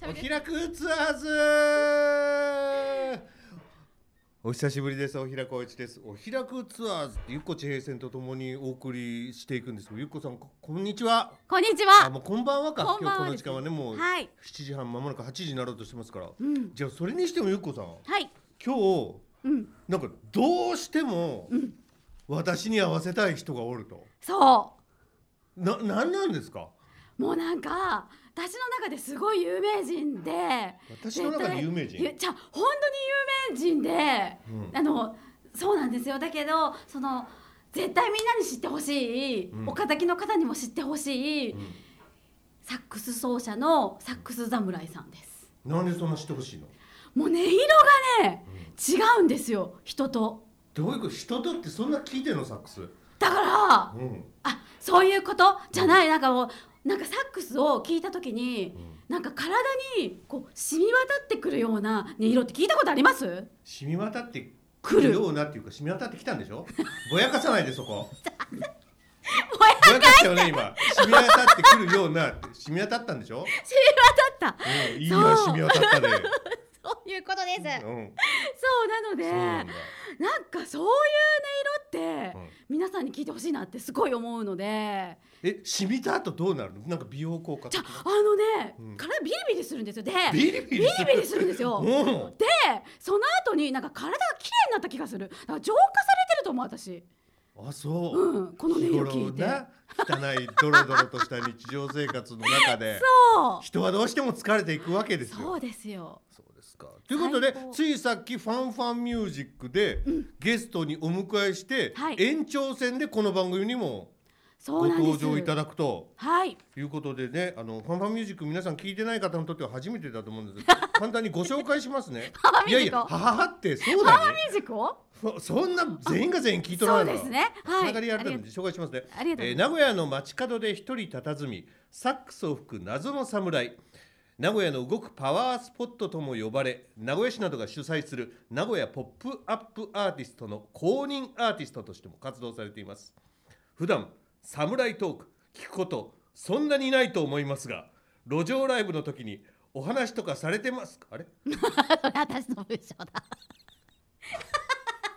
開くツアーズお久しぶりですお開こういちですお開くツアーズってゆっこ地平線とともにお送りしていくんですけどゆっこさんここんにちはこんにちあは。もうこんばんはかこんばん今日はこの時間はねもうはい7時半まもなく8時になろうとしてますから、んじゃあそれにしてもゆっこさんはい。今日うん。なんかどうしても私に合わせたい人がおるとそななんなんですかう。もうなんか私の中ですごい有名人で。私の中で有名人絶対ゆじゃあ本当に有名人で、うんあのそうなんですよ。だけどその絶対みんなに知ってほしい、うんお敵の方にも知ってほしい、うんサックス奏者のサックス侍さんです。なんでそんな知ってほしいのもう音色がね、違うんですよ人と。どういうこと人だってそんな聞いてんのサックスだから。うんあそういうことじゃないなんかもうなんかサックスを聞いた時に、なんか体にこう染み渡ってくるような音色って聞いたことあります染み渡ってく来るるようなっていうか染み渡ってきたんでし ょぼやかさないでそこぼやぼやかしたよね今染み渡ってくるようなって染み渡ったんでしょ、染み渡ったうん、いいなそう染み渡ったで、そういうことです、うん、そうなのそでうななんだ、んかそういう音色って、うん皆さんに聞いてほしいなってすごい思うのでえ染みた後どうなるのなんか美容効果じゃ的あなのね、うん体ビリビリするんですよでビリビリするビリビリするんですようんでその後になんか体が綺麗になった気がするだから浄化されてると思う私あそう、うんこの音日色頃聞いてな汚いドロドロとした日常生活の中で そう人はどうしても疲れていくわけですよそうですよ。そうですか。ということで最高ついさっきファンファンミュージックでゲストにお迎えして、はい延長戦でこの番組にもそうごなんです。登場いただくとはい。いうことでねあのファンファンミュージック皆さん聞いてない方にとっては初めてだと思うん ですけど簡単にご紹介しますね。ファンファンいミュやーいジックやを。はははってそうファンファだンねミュージックを。そそんな全員が全員聞いとらないそうですねはいつながりあったので紹介しますねありがとうえございますー名古屋の街角で一人佇みサックスを吹く謎の侍名古屋の動くパワースポットとも呼ばれ名古屋市などが主催する名古屋ポップアップアーティストの公認アーティストとしても活動されています普段侍トーク聞くことそんなにないと思いますが路上ライブの時にお話とかされてますかあれそれ私の文章だ。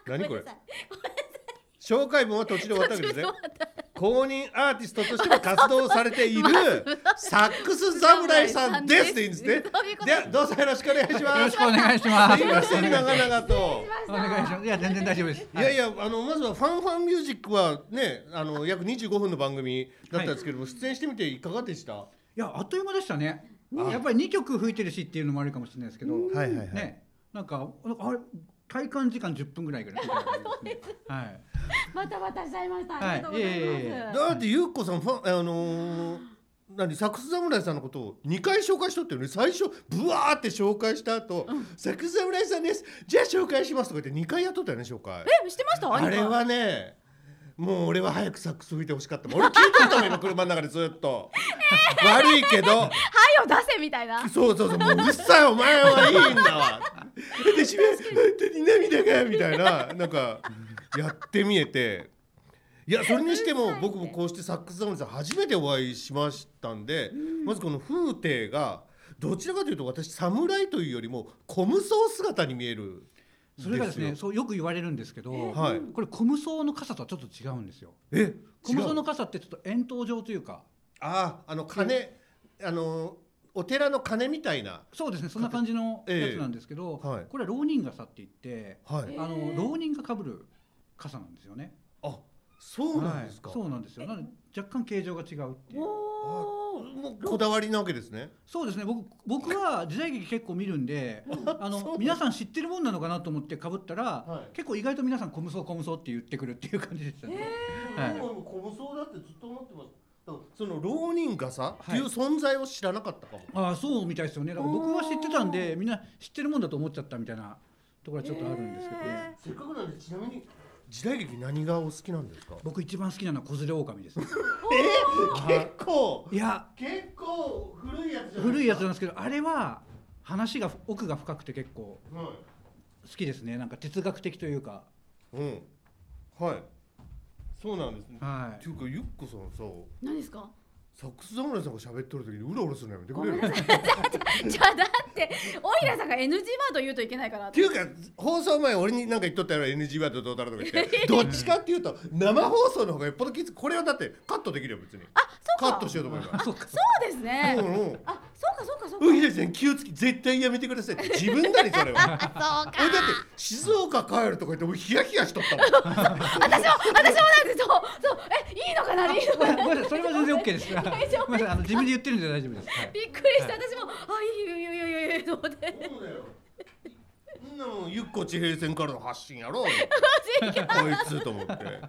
何こごめれんなさい紹介文は途中で終わったわけですね途中で終わっ公認アーティストとしても活動されているサックス侍さんですっていいんですねそういうことではどうぞよろしくお願いしよまろすしくお願いします。すいませんお願長いし々とますお願いします。いや全然大丈夫です。いやいやあのまずはファンファンミュージックはねあの約25分の番組だったんですけども、出演してみていかがでしたはいやあっという間でしたね。あやっぱり二曲吹いてるしっていうのもあるかもしれないですけど、いはいはいね、なんかなんかあれ体感時間10分ぐらいぐらいみたいな感じですね。はい。また渡しちゃいました。はいありがとうございいえいえいまえす。だってゆうこさんファンあのー何サックス侍さんのことを2回紹介しとってるね最初ブワーって紹介した後、サックス侍さんですじゃあ紹介します」とか言って2回やっとったよね紹介え、してました。あれはねもう俺は早くサックス吹いてほしかったもん俺聞いとったもん今車の中でずっと、悪いけど愛を出せみたいな。そうそうそうもううるさいお前はいいんだわ私は本当に涙がみたいななんかやってみえていやそれにしても僕もこうしてサックス侍さん初めてお会いしましたんで、まずこの風景がどちらかというと私侍というよりも小無双姿に見えるそれがですね、ですよそうよく言われるんですけど、はいこれコムソの傘とはちょっと違うんですよ。え違うコムソの傘ってちょっと円筒状というか、あああの鐘、あのお寺の鐘みたいなそうですね、そんな感じのええやつなんですけど、はいこれは浪人傘って言って、はえいーあの浪人が被る傘なんですよね。あそうなんですか、はいそうなんですよ。なので若干形状が違うっていう。おーもうこだわりなわけですねそうですね僕僕は時代劇結構見るんであ そうなのの皆さん知ってるもんなのかなと思ってかぶったら、はい結構意外と皆さん「コムソコムソ」って言ってくるっていう感じでしたね。はいもう小武装だってずっと思ってますだからその浪人傘ってはいいう存在を知らなかったかも、ああそうみたいですよねだから僕は知ってたんでみんな知ってるもんだと思っちゃったみたいなところはちょっとあるんですけどね、せっかくなんでちなみに時代劇何がお好きなんですか僕一番好きなのは「子連れ狼ですえー、結構いや結構古いやつじゃないですか古いやつなんですけどあれは話が奥が深くて結構は好きですねなんか哲学的というかい、うん、はいそうなんですね、はいっていうかゆっこさんさ何ですか。サックス侍さんが喋っとる時にうろうろするのやめてくれるごめんじゃあだってオイラさんが NG ワード言うといけないからっていうか放送前俺に何か言っとったよ NG ワードどうだろうとか言 ってどっちかっていうと生放送の方がよっぽどきついこれはだってカットできるよ別にあそカうかットしようと思えばそうそうかですね、うんうんあそうかそうかそうか、うんひでちゃん気をつけ絶対やめてくださいって自分だねそれ はそう俺だっかて静岡帰るとか言ってもうヒヤヒヤしとったもん私も私もなんてそうそうえいいのかないいのごかめんななさいそれは全然 OK です。 ごめん大丈夫なさいあの自分で言ってるんで大丈夫です。はいびっくりした私もあいいよいいよいいよいいよいいよと思ってそうだよそんなもんゆっこ地平線からの発信やろこいつと思って違う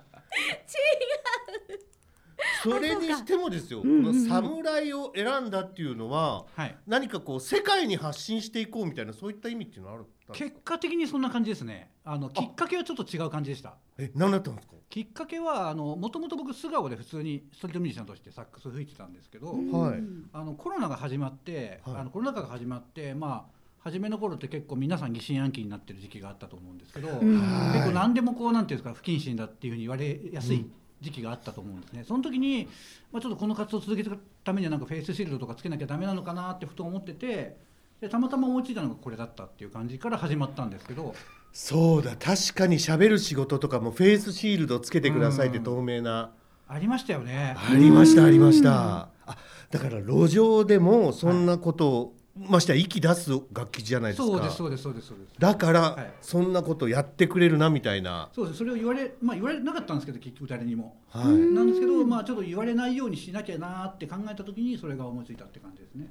それにしてもですよ、この侍を選んだっていうのは、はい何かこう世界に発信していこうみたいなそういった意味っていうのはあるったんです結か果的にそんな感じですね。あのきっかけはちょっと違う感じでした。え何だったんですかきっかけはあのもともと僕素顔で普通にストリートミュージシャンとしてサックス吹いてたんですけど、はいうんあのコロナが始まって、はいあのコロナ禍が始まってまあ初めの頃って結構皆さん疑心暗鬼になってる時期があったと思うんですけど、んはい結構何でもこうなんていうんですか不謹慎だっていうふうに言われやすい時期があったと思うんですね。その時にまあちょっとこの活動を続けていくためにはなんかフェイスシールドとかつけなきゃダメなのかなってふと思ってて。でたまたま思いついたのがこれだったっていう感じから始まったんですけど、そうだ確かに喋る仕事とかもフェイスシールドつけてくださいってうん透明なありましたよね。ありましたありましたあだから路上でもそんなことを、ましてや息出す楽器じゃないですかそうですそうですそうですそうです。だから、はいそんなことやってくれるなみたいな、そうですそれを言われまあ言われなかったんですけど結局誰にも。はいなんですけど、まあ、ちょっと言われないようにしなきゃなーって考えたときに、それが思いついたって感じですね。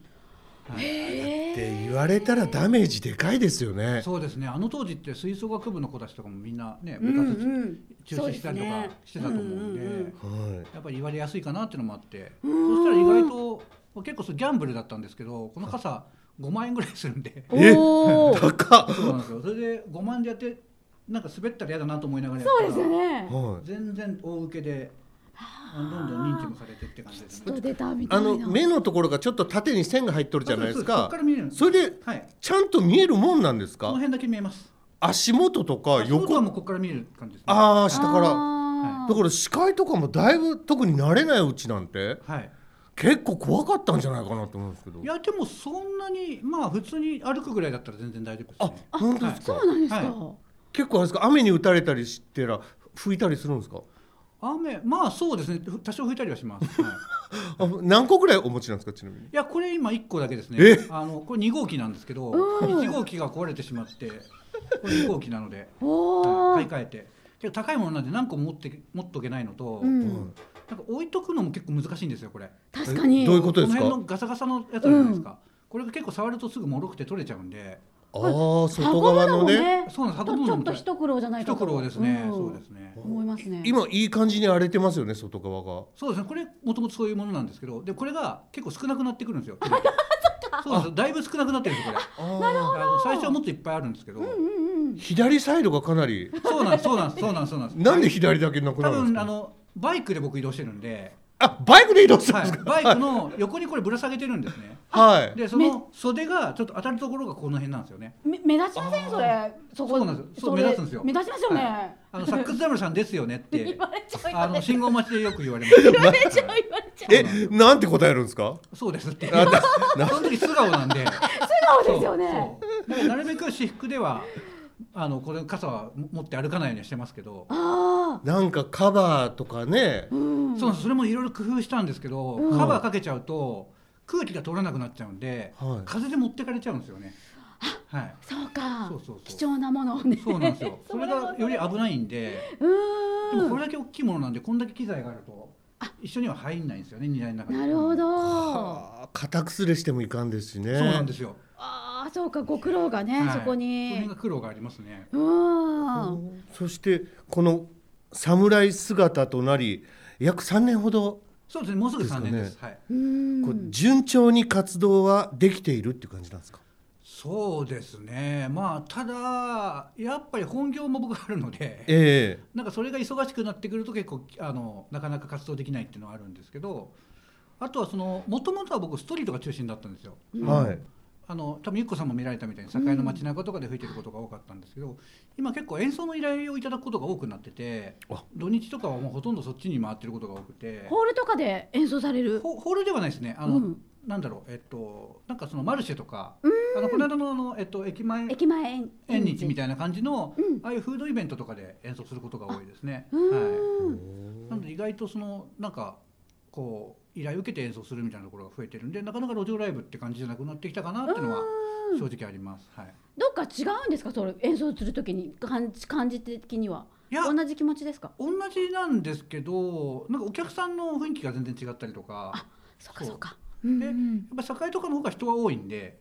はい、って言われたらダメージでかいですよね。そうですね、あの当時って吹奏楽部の子たちとかもみんなね、う部んう活ん中止したりとかしてたと思うんで、そうですねうんうんうんはやっぱり言われやすいかなっていうのもあって、そしたら意外と、まあ結構それギャンブルだったんですけど、この傘、5万円ぐらいする んで、い、えおー高っそうなんですよ、それで5万でやって、なんか滑ったら嫌だなと思いながらやっそたうらですよねはい全然大受けで、どんどん認知もされてって感じですちょっね。と出たみたあいなの目のところがちょっと縦に線が入っとるじゃないですそかっから見えるんですそれではいちゃんと見えるもんなんですこのか辺だけ見えます。足元とか足元は横もうここから見える感じですね。ああ下からあーだから視界とかもだいぶ特に慣れないうちなんてはい。結構怖かったんじゃないかなと思うんですけどいやでもそんなにまあ普通に歩くぐらいだったら全然大丈夫あですね。本当ですか、そうなんですか、は結構あれですか雨に打たれたりしてら拭いたりするんですか雨まあそうですね。ふ多少吹いたりはします。はい、あ何個ぐらいお持ちなんですかちなみにいやこれ今一個だけですねえ。あのこれ二号機なんですけど、うん一号機が壊れてしまって、これ二号機なのでおお、はい買い替えて。けど高いものなんで何個も持って持っとけないのと、うんうんなんか置いとくのも結構難しいんですよこれ。確かにどういうことですかこの辺のガサガサのやつあるじゃないですか。これが結構触るとすぐもろくて取れちゃうんで、ああ外側のねそうなんです。運ぶのもねちょっと一苦労じゃないか一と苦労ですね、うんそうですね。思いますね今いい感じに荒れてますよね外側がそうですね、これもともとそういうものなんですけど、でこれが結構少なくなってくる んですよ。そうなんですよ、だいぶ少なくなってるんですよ、これ。あーあの最初はもっといっぱいあるんですけど。うんうん左サイドがかなりそうなんです、そうなんです、そうなんです、そうなんです。なんで左だけなくな多るんです分かあのバイクで僕移動してるんで、あバイクで移動するんはですい、かバイクの横にこれぶら下げてるんですね。はいでその袖がちょっと当たるところがこの辺なんですよね。め目立ちませんそれそこそうなんですそうれ目立つんですよ目立ちますよね、は あのサックスダムさんですよねって言われちゃうあよのね信号待ちでよく言われ ます。言われちゃう言われちゃうえなんて答えるんですかそうですって。あだその時素顔なんで。素顔ですよねそうそうだからなるべく私服ではあのこれ傘は持って歩かないようにはしてますけど、ああなんかカバーとかねうんそうそれもいろいろ工夫したんですけど、うんカバーかけちゃうと空気が通らなくなっちゃうんで、はい風で持ってかれちゃうんですよね。はい。そうかそうそうそう貴重なものをねそうなんで すよ。それがよりう危ないんで、でーもこんれだけ大きいものなんでこんだけ機材があると一緒には入んないんですよね荷台の中に。なるほ。どあー硬くすれしてもいかんですしねそうなんですよ。ああそうかご苦労がね、はいそこそれにが苦労がありますね。うーんそしてこの侍姿となり約3年ほどそうですね。もうすぐ三年です。ですはい。うーんこう順調に活動はできているっていう感じなんですか、そうですね、まあ、ただ、やっぱり本業も僕あるので、ええなんかそれが忙しくなってくると、結構あの、なかなか活動できないっていうのはあるんですけど、あとはその、もともとは僕、ストリートが中心だったんですよ。はいあの多分ゆっこさんも見られたみたいに境の街中とかで吹いてることが多かったんですけど、今結構演奏の依頼をいただくことが多くなっててあ土日とかはもうほとんどそっちに回ってることが多くてホールとかで演奏される。ホホールではないですねあの、うんなんだろうえっとなんかそのマルシェとかあのこの間のあの、えっと、駅前駅前演縁日みたいな感じの、うんああいうフードイベントとかで演奏することが多いですね。うはーん。い、なので意外とそのなんかこう依頼受けて演奏するみたいなところが増えてるんでなかなか路上ライブって感じじゃなくなってきたかなっていうのはうん正直あります。はい、どっか違うんですかそれ演奏するときに感じ感じ的にはいや同じ気持ちですか同じなんですけどなんかお客さんの雰囲気が全然違ったりとかやあそうかそうかでっぱ堺とかの方が人が多いんで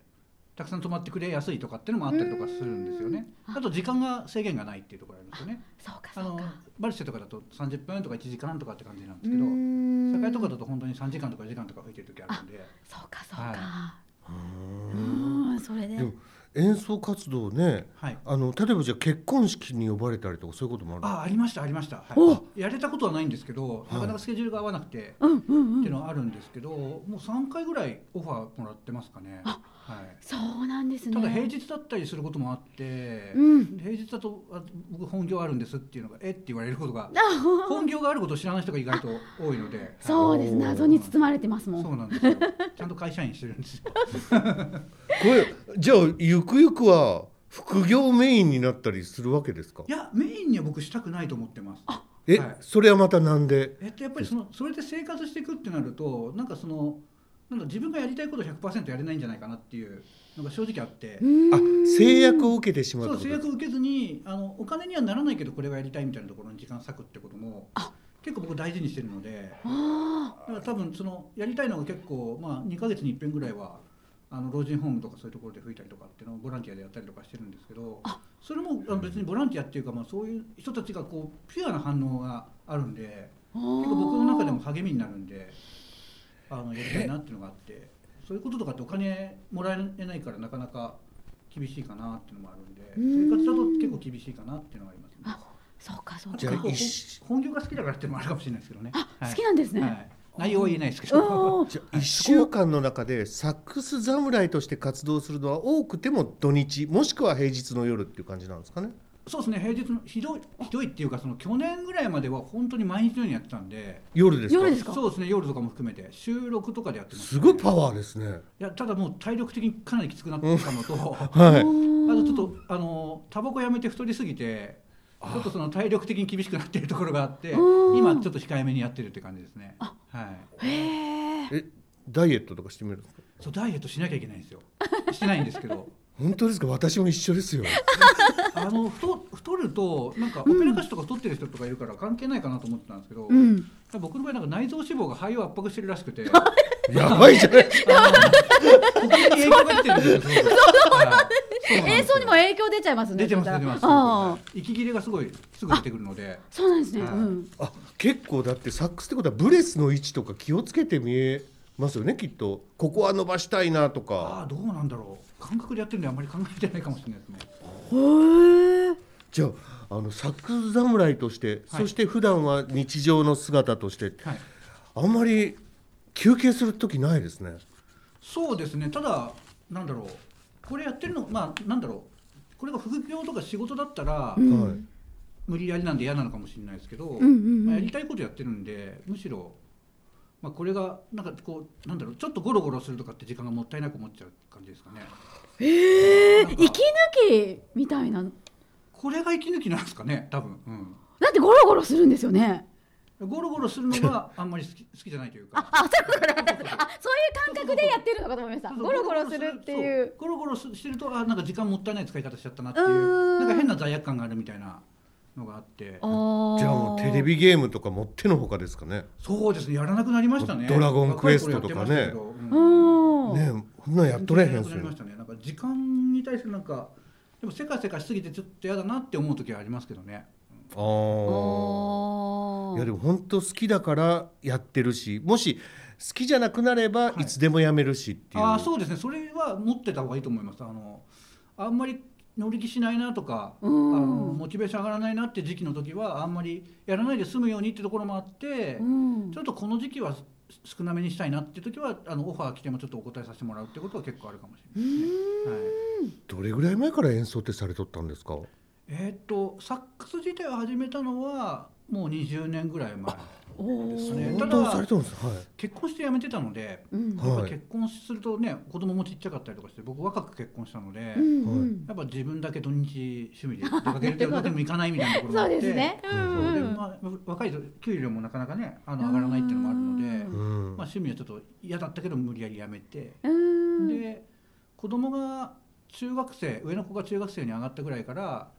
たくさん泊まってくれやすいとかっていうのもあったりとかするんですよねうんあと時間が制限がないっていうところありますよねそうかそあうのかバルシェとかだと30分とか1時間とかって感じなんでうすけどーん境とかだと本当に3時間とか4時間とか吹いてる時あるんでそうかそうはかうんそれででも演奏活動ねはいあの例えばじゃあ結婚式に呼ばれたりとかそういうこともあるあありましたありました、はおい、やれたことはないんですけどなかなかスケジュールが合わなくてうんうんっうていうんのはあるんですけどもう3回ぐらいオファーもらってますかね、はあい、そうなんですねただ平日だったりすることもあって、うん平日だとあ僕本業あるんですっていうのがえって言われることがあ ほ本業があることを知らない人が意外と多いのでそうですおー謎に包まれてますもそんうなんですよちゃんと会社員してるんですよ これじゃあゆくゆくは副業メインになったりするわけですかいやメインには僕したくないと思ってますえ、はいそれはまたなんでえっと、やっぱりそのそれで生活していくってなるとなんかそのなんだ自分がやりたいことを100%やれないんじゃないかなっていうのが正直あっうて、あーん制約を受けてしまうそうって制こと約を受けずにあのお金にはならないけどこれはやりたいみたいなところに時間割くってことも結構僕大事にしてるのであだから多分そのやりたいのが結構、まあ、2ヶ月に一遍ぐらいはあの老人ホームとかそういうところで吹いたりとかっていうのをボランティアでやったりとかしてるんですけどそれもあの別にボランティアっていうか、まあ、そういう人たちがこうピュアな反応があるんで。ー結構僕の中でも励みになるんであのやりたいなっていうのがあってそういうこととかってお金もらえないからなかなか厳しいかなっていうのもあるんでうん生活だと結構厳しいかなっていうのはありますねあそうかそうあかじとゃあ結構一本業が好きだからっていうのもあるかもしれないですけどねあはい好きなんですはねい内容は言えないですけおどーじゃあ1週間の中でサックス侍として活動するのは多くても土日もしくは平日の夜っていう感じなんですかねそうですね平日のひどいひどいっていうかその去年ぐらいまでは本当に毎日のようにやってたんで夜ですか夜ですかそうですね夜とかも含めて収録とかでやってますすごいパワーですねいやただもう体力的にかなりきつくなってきたのとはいあとちょっとあのタバコやめて太りすぎてちょっとその体力的に厳しくなっているところがあってうん今ちょっと控えめにやってるって感じですねはいへええダイエットとかしてみるんですかそうダイエットしなきゃいけないんですよしてないんですけど本当ですか私も一緒ですよあの太太るとなんかオペラ歌手とか太ってる人とかいるから関係ないかなと思ってたんですけど、うん僕の場合なんか内臓脂肪が肺を圧迫してるらし くてあやばいじゃないの呼吸に影響が出てるんですよすごくはいそうなんですよ演奏にも影響出ちゃいますね出てます出てますああ息切れがすごいすぐ出てくるのでそうなんですねはういん あ結構だってサックスってことはブレスの位置とか気をつけて見えますよねきっとここは伸ばしたいなとああかどうなんだろう感覚でやってるんであんまり考えてないかもしれないですねへえじゃああのサックス侍として、はいそして普段は日常の姿としてはいあんまり休憩する時ないですねそうですねただなんだろうこれやってるのまあなんだろうこれが副業とか仕事だったら、うんはい無理やりなんで嫌なのかもしれないですけど、んうんうんまあ、やりたいことやってるんでむしろ、まあ、これがなんかこうなんだろうちょっとゴロゴロするとかって時間がもったいなく思っちゃう感じですかねええなんか息抜きみたいなだこれが息抜きなんですかね多分、ってゴロゴロするんですよねうん、ゴロゴロするのがあんまり好き好きじゃないというかああそういうことですあそういう感覚でやってるのかと思いましたゴロゴロするっていそうゴロゴロすしてるとあなんか時間もったいない使い方しちゃったなっていううーんなんか変な罪悪感があるみたいなのがあってあーじゃあもうテレビゲームとかもってのほかですかねそうですねやらなくなりましたねドラゴンクエストとかね若い頃やってましたうけどうんんねえこんなんやっとれへんすよ全然やらなくなりましたねなんか時間に対するなんかでもせかせかしすぎてちょっと嫌だなって思う時はありますけどねあーあーいやでも本当好きだからやってるしもし好きじゃなくなればはいいつでもやめるしっていう、ああそうですねそれは持ってた方がいいと思いますあのあんまり乗り気しないなとかあうのんモチベーション上がらないなって時期の時はあんまりやらないで済むようにってところもあって、うんちょっとこの時期は少なめにしたいなっていう時はあのオファー来てもちょっとお答えさせてもらうってことは結構あるかもしれないですね。はいどれぐらい前から演奏ってされとったんですかえーっとサックス自体を始めたのはもう20年ぐらい前おですーね相た当されだてるんですはい結婚して辞めてたので、うんはいやっぱ結婚するとね子供もちっちゃかったりとかして僕若く結婚したので、うんうんやっぱ自分だけ土日趣味で出かけるってわけにもいかないみたいなところが そうあってですね。うんそううでんまあ、若いと給料もなかなかねあの上がらないっていうのもあるので、ううまんあ、趣味はちょっと嫌だったけど無理やり辞めて。うんで子供が中学生上の子が中学生に上がったぐらいから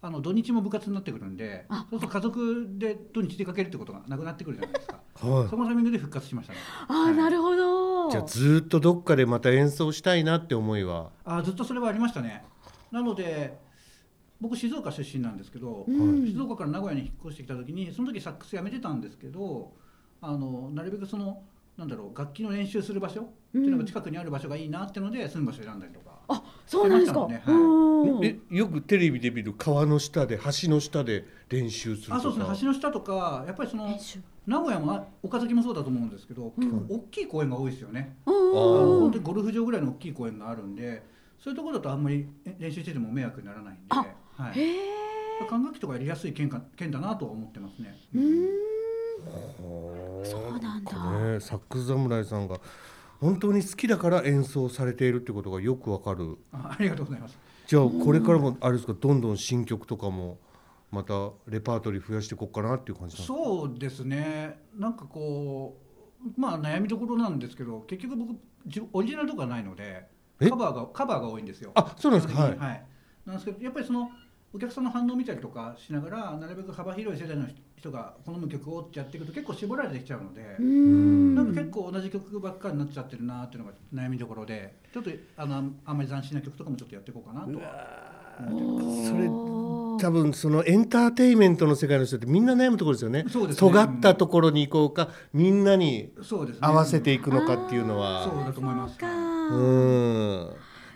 あの土日も部活になってくるんであそうすると家族で土日出かけるってことがなくなってくるじゃないですかはいそのタイミングで復活しましたねああなるほど。じゃあずーっとどっかでまた演奏したいなって思いはあずっとそれはありましたねなので僕静岡出身なんですけどう、静ん岡から名古屋に引っ越してきた時にその時サックスやめてたんですけどあのなるべくそのなんだろう楽器の練習する場所っていうのが近くにある場所がいいなってので住む場所選んだりとかあそうなんですか。出ましたうんえよくテレビで見る川の下で橋の下で練習するとかあそうですね橋の下とかやっぱりその編集名古屋もあ岡崎もそうだと思うんですけど、結構大きい公園が多いですよね、うあうのん本当にゴルフ場ぐらいの大きい公園があるんでそういうところだとあんまりえ練習してても迷惑にならないんで、あはい、へえ。管楽器とかやりやすい県か県だなとは思ってますね、うん。はあそうなんだかねサックス侍さんが本当に好きだから演奏されているってことがよくわかるあ ありがとうございますじゃあこれからもあれですかどんどん新曲とかもまたレパートリー増やしていこうかなっていう感じなんですかそうですねなんかこうまあ悩みどころなんですけど結局僕自分オリジナルとかないのでえカバーがカバーが多いんですよあそうなんですか基はい本的になんですけどやっぱりそのお客さんの反応を見たりとかしながらなるべく幅広い世代の人が好む曲をってやっていくと結構絞られてきちゃうので、うんなんか結構同じ曲ばっかりになっちゃってるなっていうのが悩みどころでちょっとあのあんまり斬新な曲とかもちょっとやっていこうかなとはそれおー多分そのエンターテインメントの世界の人ってみんな悩むところですよねそうですね尖ったところに行こうかみんなにそうですね合わせていいくのかっていうのはそうだと思いますそうかうん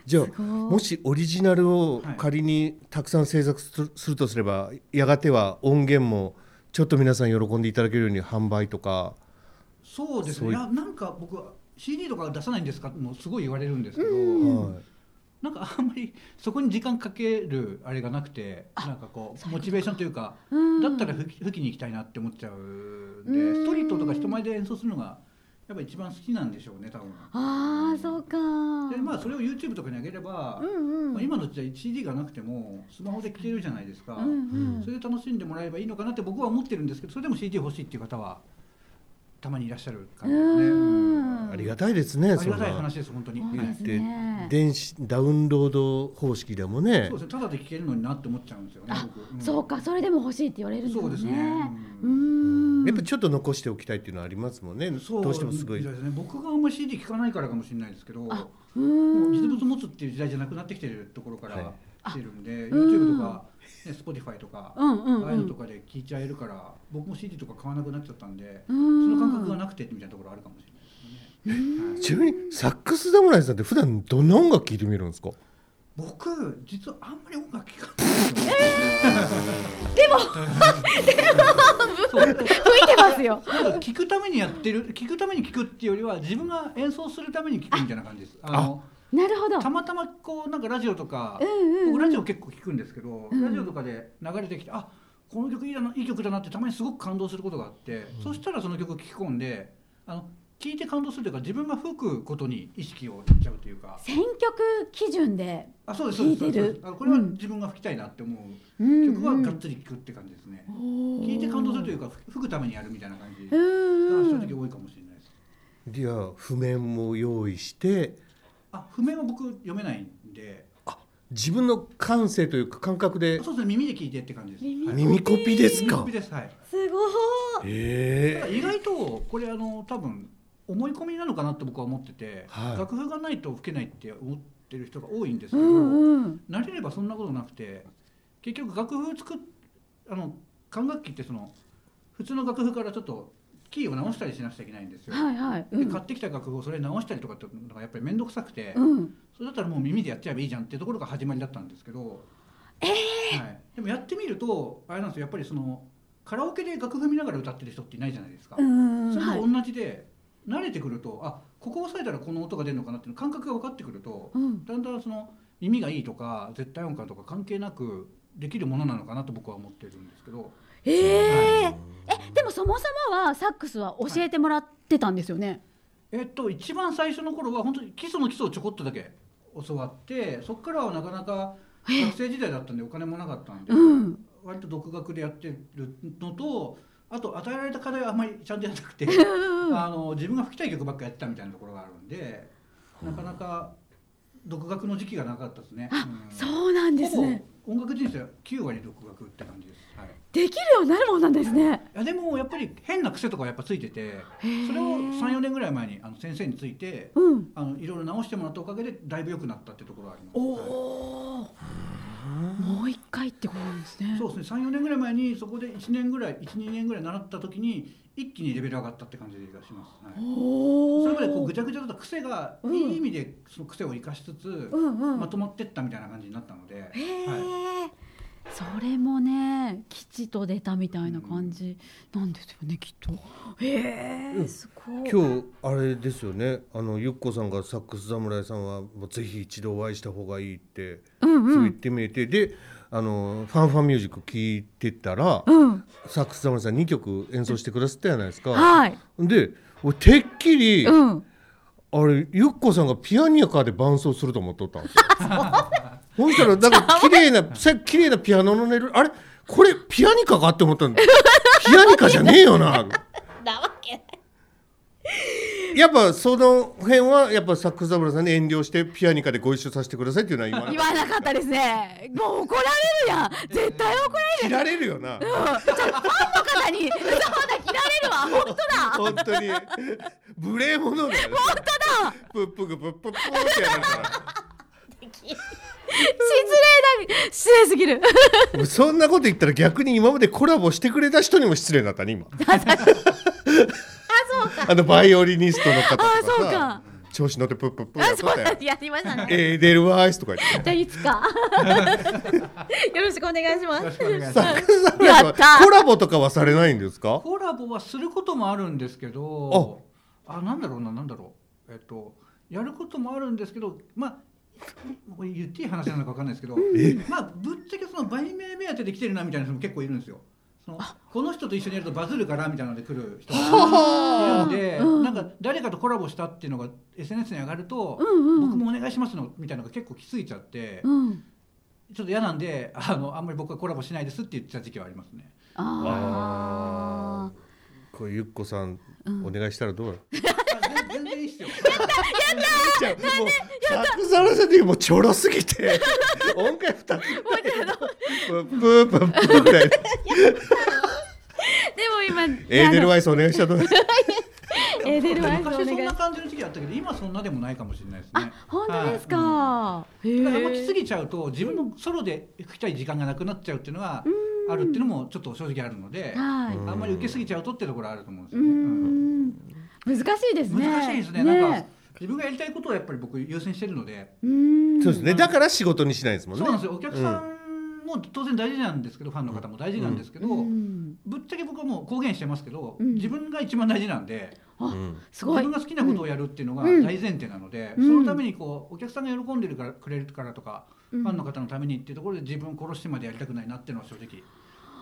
じゃすあごいもしオリジナルを仮にたくさん制作するするとすれば、やがては音源もちょっと皆さん喜んでいただけるように販売とかそうですそうねいいうやなんか僕は CD とか出さないんですかもすごい言われるんですけど、はいなんかあんまりそこに時間かけるあれがなくてなんかこうモチベーションというかうんだったら吹き吹きに行きたいなって思っちゃうんで、うんストリートとか人前で演奏するのがやっぱ一番好きなんでしょうね多分ああそうか。でまあそれを YouTube とかに上げれば、うんうまあん。今の時代 CD がなくてもスマホで聴けるじゃないですか、うんそれで楽しんでもらえばいいのかなって僕は思ってるんですけどそれでも CD 欲しいっていう方はたまにいらっしゃる感じですね、うんありがたいですねありそがたいんな話です本当に、そうですでね。電子ダウンロード方式でもねそうですねただで聴けるのになって思っちゃうんですよねあ僕、んそうかそれでも欲しいって言われるんだそもうんですねね。ううんん。やっぱちょっと残しておきたいっていうのはありますもんねそうどうしてもすごいみたですね僕があんまり CD 聴かないからかもしれないですけどあもう。うん実物持つっていう時代じゃなくなってきてるところかはら来てるんで、うん YouTube とか、ね、Spotify とか、うんうんあうあいうのとん。かで聴いちゃえるから僕も CD とか買わなくなっちゃったんで、そその感覚がななくてみたいなところあるかもしれないちなみにサックス侍さんって普段どんな音楽聴いてみるんですか僕実はあんまり音楽聴かないんですよ、吹いてますよ。でもなんか聴くためにやってる聴くために聴くっていうよりは自分が演奏するために聴くみたいな感じですあのなるほど。たまたまこうなんかラジオとか、うんうんうん僕ラジオ結構聴くんですけど、うんラジオとかで流れてきてあこの曲いいだないい曲だなってたまにすごく感動することがあって、そしたらその曲聴き込んであの聴いて感動するというか自分が吹くことに意識をいっちゃうというか選曲基準で。あそうですそうです聴いてるそうですあこれはうん自分が吹きたいなって思う曲曲はがっつり聴くって感じですね、聴いて感動するというか吹くためにやるみたいな感じがうん正うん。直多いかもしれないですいや譜面も用意してあ譜面は僕読めないんで自分の感性というか感覚でそうですね耳で聞いてって感じです耳はい耳コピです耳かコピですはいすごい。えただ意外とこれあの多分思い込みなのかなって僕は思ってて、はい楽譜がないと吹けないって思ってる人が多いんですけうど、んうん。慣れればそんなことなくて結局楽譜作っあの管楽器ってその普通の楽譜からちょっとキーを直したりしなくちゃいけないんですよ、はいはい。うで買ん。ってきた楽譜をそれ直したりとかってのがやっぱり面倒くさくて、うん。それだったらもう耳でやっちゃえばいいじゃんっていうところが始まりだったんですけど、はい、でもやってみるとあれなんですよやっぱりそのカラオケで楽譜見ながら歌ってる人っていないじゃないですか、うんうんうん。それはいと同じで、慣れてくるとあここ押さえたらこの音が出るのかなっていう感覚が分かってくるとうんだんだんその耳がいいとか絶対音感とか関係なくできるものなのかなと僕は思ってるんですけどえええでもそもそもはサックスは教えてもらってたんですよね、えっと一番最初の頃は本当に基礎の基礎をちょこっとだけ教わってそこからはなかなか学生時代だったんでお金もなかったんで、うん割と独学でやってるのとあと与えられた課題はあんまりちゃんとやらなくてあの自分が吹きたい曲ばっかやってたみたいなところがあるんでなかなか独学の時期がなかったですね。あうんそうなんですねほぼ音楽人生は9割独学って感じです。はいできるようになるもんなんですねいやでもやっぱり変な癖とかやっぱついててそれを34年ぐらい前にあの先生についてうんあのいろいろ直してもらったおかげでだいぶ良くなったってところはあります、おはお、もう一回ってことなんですねいそうですね34年ぐらい前にそこで1年ぐらい12年ぐらい習った時に一気にレベル上がったって感じがします、はい、おおそれまでこうぐちゃぐちゃだった癖がうんいい意味でその癖を生かしつつ、うんうん、まとまってったみたいな感じになったので、はい、へえ、それもね吉と出たみたいな感じなんですよね、きっとへうえんすごい今日あれですよねあのゆっこさんがサックス侍さんはもうぜひ一度お会いした方がいいってうんそうう言っんてみえて、であのファンファンミュージック聞いてたら、うんサックス侍さん2曲演奏してくださったじゃないですか、はいで俺てっきり、うんあれゆっこさんがピアニアカーで伴奏すると思っとったんです よ。ほんしたらなんか綺麗なさ綺麗なピアノの音色あれこれピアニカかって思ったんだピアニカじゃねえよな。なわけないやっぱその辺はやっぱサックス侍さんに遠慮してピアニカでご一緒させてくださいっていうのは言わな言いわなかったですねもう怒られるやん絶対怒られる切られるよなファンの方にそうだ切られるわ本当だ本当に無礼者だよ本当だプップグプップップーってやられたら失礼だ失礼すぎるもうそんなこと言ったら逆に今までコラボしてくれた人にも失礼だったね今あそうかあのバイオリニストの方とかあそうさか調子乗ってプップップーやあっとっそうたよだやりましたねエーデルワイスとか言ってじゃあいつかよろしくお願いしますよろしくお願いしサまッすクス侍さんやはったコラボとかはされないんですかコラボはすることもあるんですけどあなんだろうななんだろうえっとやることもあるんですけどまあこれ言っていい話なのかわかんないですけどまあぶっちゃけその売名目当てで来てるなみたいな人も結構いるんですよ。そのこの人と一緒にやるとバズるからみたいなので来る人がいるんで、うんなんか誰かとコラボしたっていうのが SNS に上がると、うんうん僕もお願いしますのみたいなのが結構きついちゃって、うんちょっと嫌なんであのあんまり僕はコラボしないですって言ってた時期はあります ね。ああこれゆっこさんお願いしたらどうなのあ全全然いいっすよ。じゃあもうサックス侍さん的にもうちょろすぎて音階二つプープープーぐらいででも今エーデルイワイスお願いしたとエーデルワイスお昔そん願いな感じの時期あったけど今そんなでもないかもしれないですあね。本当ですか、はいうんへえだからあんま来すぎちゃうと自分のソロで吹きたい時間がなくなっちゃうっていうのがあるっていうのもちょっと正直あるので、はいうんあんまり受けすぎちゃうとってところはあると思うんですうよね。うんん難しいですね難しいですね。なんか自分がやりたいことをやっぱり僕優先してるので、うんそうですねだから仕事にしないですもんそねうなんですよ。お客さんも当然大事なんですけど、ファンの方も大事なんですけど、うんぶっちゃけ僕はもう公言してますけど、うん自分が一番大事なんで、あ、うんすごい自分が好きなことをやるっていうのがうん大前提なので、うんそのためにこうお客さんが喜んでるからくれるからとか、うんファンの方のためにっていうところで自分を殺してまでやりたくないなっていうのは正直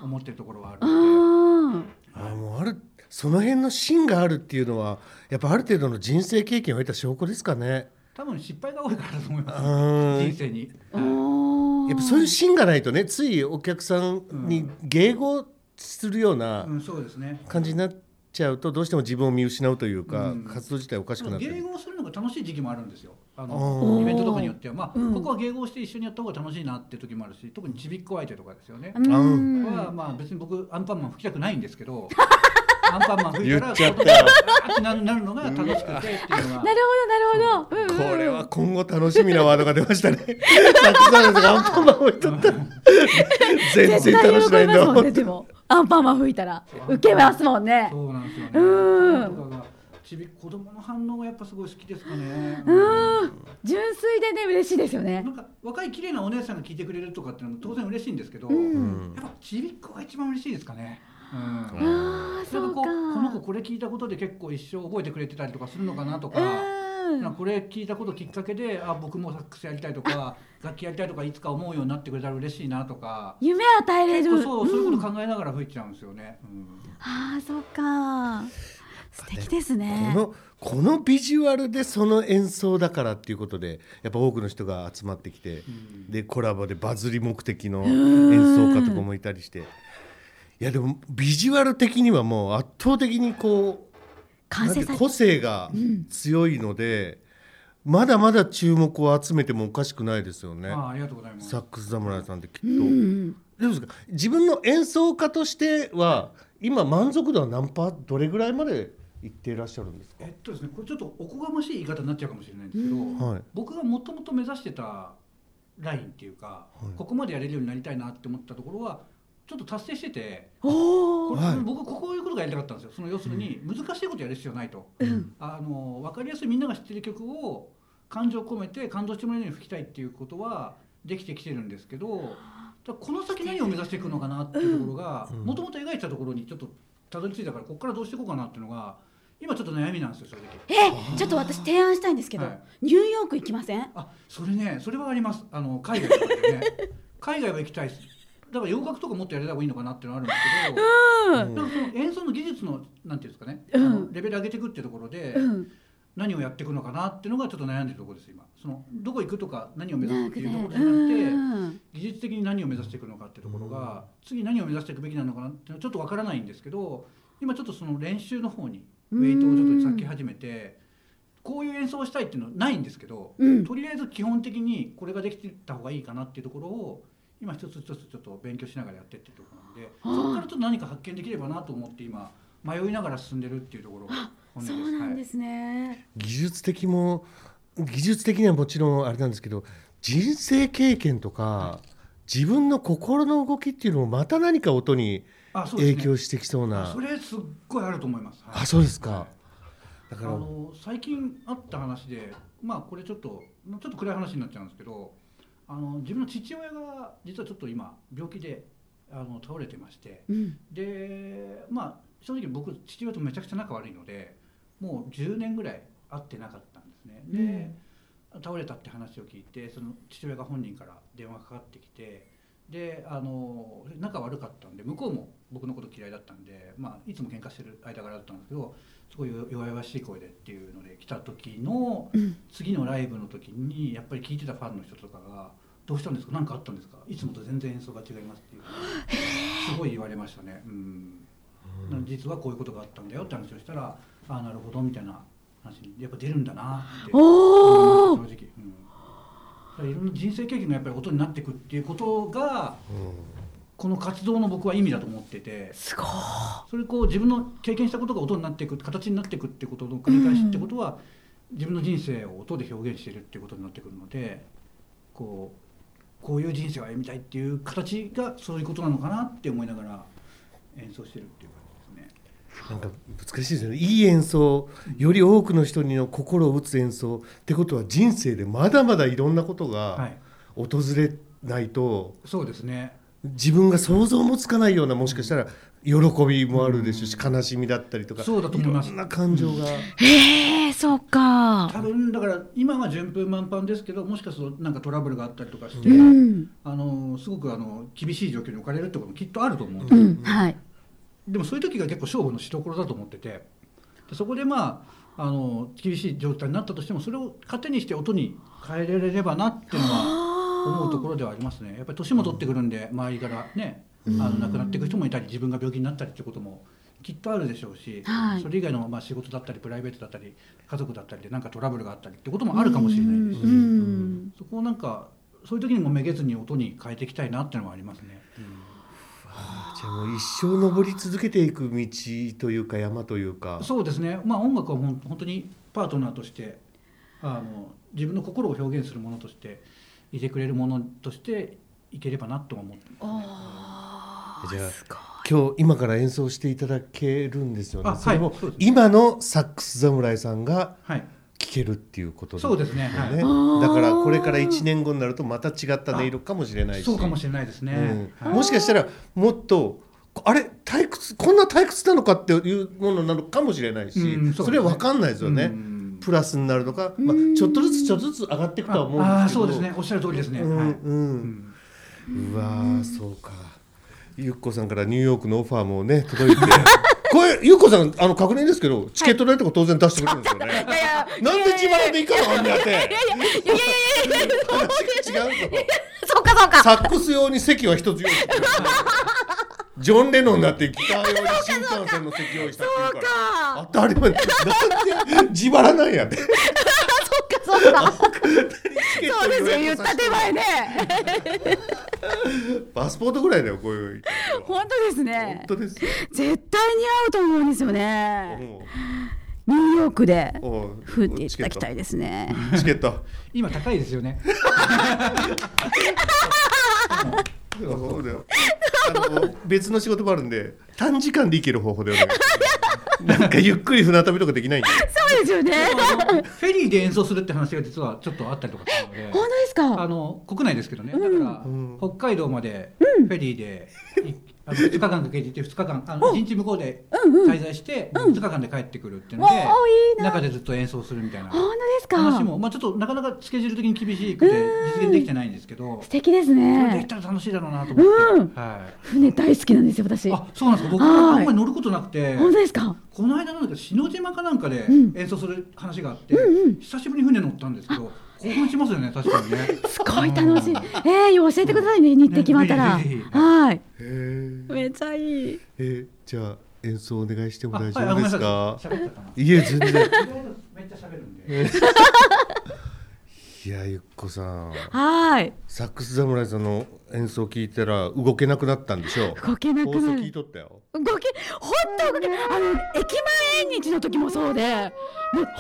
思ってるところはあるあので。ーあーもうあるその辺の芯があるっていうのはやっぱある程度の人生経験を得た証拠ですかね。多分失敗が多いからだと思います、うん人生に、おーやっぱそういう芯がないとねついお客さんに迎合するようなうん、そうですね感じになっちゃうとどうしても自分を見失うというか、うん活動自体おかしくなって迎る。合するのが楽しい時期もあるんですよあおのーイベントとかによっては、まあうんここは迎合して一緒にやった方が楽しいなって時もあるし特にちびっこ相手とかですよね、うんはまあ別に僕アンパンマン吹きたくないんですけど アンパンマン吹いたら言っちゃった子供があってなるなるのが楽しくてっていうのなはるほどなるほど、うんうんうんこれは今後楽しみなワードが出ましたね。サックス侍さんがアンパンマン置いとったら全絶然対楽喜しなびいんますもんだ。ねでもアンパンマン吹いたら受けますもんねそうなんですよねうんとかがちび子供の反応がやっぱすごい好きですかね、うん純粋でね嬉しいですよねなんか若い綺麗なお姉さんが聞いてくれるとかっていうのも当然嬉しいんですけど、うんやっぱちびっ子が一番嬉しいですかねうんうあんーなそんうかこかうこの子これ聞いたことで結構一生覚えてくれてたりとかするのかなとか,、うんなんかこれ聞いたこときっかけであ僕もサックスやりたいとか楽器やりたいとかいつか思うようになってくれたら嬉しいなとか夢与えれ結る構そうそういうこんと考えながら吹いちゃうんですよね。うんああそうか素敵ですねこのこのビジュアルでその演奏だからっていうことでやっぱ多くの人が集まってきて、んでコラボでバズり目的のん演奏家とかもいたりしていやでもビジュアル的にはもう圧倒的にこう完成なんさてれ個性が強いので、まだまだ注目を集めてもおかしくないですよね。ああありがとうございますサックス侍さんってきっと、うんどうですか自分の演奏家としては今満足度は何パーどれぐらいまでいっていらっしゃるんですかえっとですねこれちょっとおこがましい言い方になっちゃうかもしれないんですけど、はい僕がもともと目指してたラインっていうか、はいここまでやれるようになりたいなって思ったところはちょっと達成してておこおれはい僕ここういうことがやりたかったんですよその要するに難しいことやる必要ないと、うんあの分かりやすいみんなが知ってる曲を感情を込めて感動してもらえるように吹きたいっていうことはできてきてるんですけどただこの先何を目指していくのかなっていうところがうんもともと描いたところにちょっとたどり着いたからここからどうしていこうかなっていうのが今ちょっと悩みなんですよ正直。えちょっと私提案したいんですけど、はいニューヨーク行きませんあそれねそれはありますあの海外とかでね海外は行きたいですだから洋楽とかもっとやれた方がいいのかなっていうのはあるんですけど、なんかその演奏の技術のなんていうんですかね、あのうんレベル上げていくっていうところで、うん何をやっていくのかなっていうのがちょっと悩んでるところです今そのどこ行くとか何を目指すなっんてかいうとこねろじうゃなくて、ん技術的に何を目指していくのかっていうところが、次何を目指していくべきなのかなっていうのはちょっとわからないんですけど今ちょっとその練習の方にウェイトをちょっと先始めてこういう演奏をしたいっていうのはないんですけど、うんとりあえず基本的にこれができてた方がいいかなっていうところを今一つ一つちょっと勉強しながらやってっていうところなんでそはいこからちょっと何か発見できればなと思って今迷いながら進んでるっていうところが本音です。、そうなんですすね、技術的も技術的にはもちろんあれなんですけど人生経験とか自分の心の動きっていうのもまた何か音にはい、あそうです影ね響してきそうなあそれすっごいあると思います。はいあそうですか、はいだあからの最近あった話で、まあ、これちょっとまあちょっと暗い話になっちゃうんですけどあの自分の父親が実はちょっと今病気であの倒れてましてうん、で、まあ、正直僕父親とめちゃくちゃ仲悪いのでもう10年ぐらい会ってなかったんですね。で、倒れたって話を聞いてその父親が本人から電話かかってきてであの仲悪かったんで向こうも僕のこと嫌いだったんで、まあ、いつも喧嘩してる間柄だったんですけどすごい弱々しい声でっていうので来た時のうん次のライブの時にやっぱり聞いてたファンの人とかが「どうしたんですか何かあったんですかいつもと全然演奏が違います」っていうすごい言われましたね。うんなんか実はこういうことがあったんだよって話をしたら「ああなるほど」みたいな話にやっぱ出るんだなって。お正お直、うん、だからいろんな人生経験がやっぱり音になっていくっていうことがこの活動の僕は意味だと思っててすごいそれこう自分の経験したことが音になっていく形になっていくってことの繰り返しってことは、自分の人生を音で表現してるっていうことになってくるのでこうこういう人生を歩みたいっていう形がそういうことなのかなって思いながら演奏してるっていう感じですね。なんか難しいですよねいい演奏より多くの人にの心を打つ演奏ってことは人生でまだまだいろんなことはがい、訪れないと、そうですね自分が想像もつかないようなもしかしたら喜びもあるでしょうし、悲しみだったりとかそうだと思いますろんな感情が、えー、そうか多分だから今は順風満帆ですけどもしかするとなんかトラブルがあったりとかして、うんあのすごくあの厳しい状況に置かれるってこともきっとあると思う、うんんはいでもそういう時が結構勝負のしどころだと思っててでそこでまああの厳しい状態になったとしてもそれを糧にして音に変えられればなっていうのは思うところではありますねやっぱり年も取ってくるんで周りからねあの亡くなっていく人もいたり自分が病気になったりってこともきっとあるでしょうし、はいそれ以外のまあ仕事だったりプライベートだったり家族だったりでなんかトラブルがあったりってこともあるかもしれないですしうんうんそこをなんかそういう時にもめげずに音に変えていきたいなっていうのはありますね。じゃあもう一生登り続けていく道というか山というかそうですね。まあ音楽はほん本当にパートナーとして、あの自分の心を表現するものとしていてくれるものとしていければなとは思ってますね。あーじゃあすごい今日今から演奏していただけるんですよねあはいそれもそうですね今のサックス侍さんがはい。聴けるっていうことそうですね。よはねはいだからこれから1年後になるとまた違った音色かもしれないい。しそうかもしれないですね。うんはいもしかしたらもっとあれ退屈こんな退屈なのかっていうものなのかもしれないし、うんそそうですねれは分かんないですよね、うんプラスになるのか、まあうん、ちょっとずつちょっとずつ上がっていくとは思うんああですーけどそうですねおっしゃる通りですね、うんはいうんうわーそうかゆっこさんからニューヨークのオファーもね 届いてこれゆっこさんあの確認ですけどチケット代とか当然出してくれるんですよ ね、いやいやなんで自腹でいいかのあんねやっていやいやいやいやいや話が違うぞそうかそうかサックス用に席は一つ用意してくれるジョン・レノンになってギター用に新幹線の席用意したっていうからそあ当たり前なんで自腹なんやってうかそうかチケッそトうです予よ約言っさせたて手前ねパスポートぐらいだよこういう本当です本ね当ですよ絶対に合うと思うんですよねもニューヨークでうもう振っていただきたいですねチケット今高いですよね そうだよ。あの別の仕事もあるんで短時間で行ける方法でお願いします。なんかゆっくり船旅とかできないんで。そうですよねあのフェリーで演奏するって話が実はちょっとあったりとかしたので 本当ですあかの国内ですけどねだからうん北海道までフェリーでいあの2日間かけて行って2日間あの1日向こうで滞在して2日間で帰ってくるっていうのでわあいいな中でずっと演奏するみたいな本当です話かもまあちょっとなかなかスケジュール的に厳しくてうん実現できてないんですけど素敵ですそれで行ねったら楽しいだろうなと思っうんてはい船大好きなんですよ私あ本そうなんですか僕はいあんまり乗ることなくて当ですかこの間なんだけど篠島かなんかでうん演奏する話があって、うんうん久しぶりに船乗ったんですけど興奮しますよね確かにね すごい楽しい えー教えてくださいね日程決まったらねぜひぜひはいへーめっちゃいいえーじゃあ演奏お願いしてもあ大丈夫ですか。はいあごめんなさい喋っちゃったないえ全然。意外とめっちゃ喋るんでいやゆっこさん、はいサックス侍さんの演奏聞いたら動けなくなったんでしょう。動けなく放送な聞いるとったよ。動けほんと動けあの駅前縁日の時もそうでもうほんと動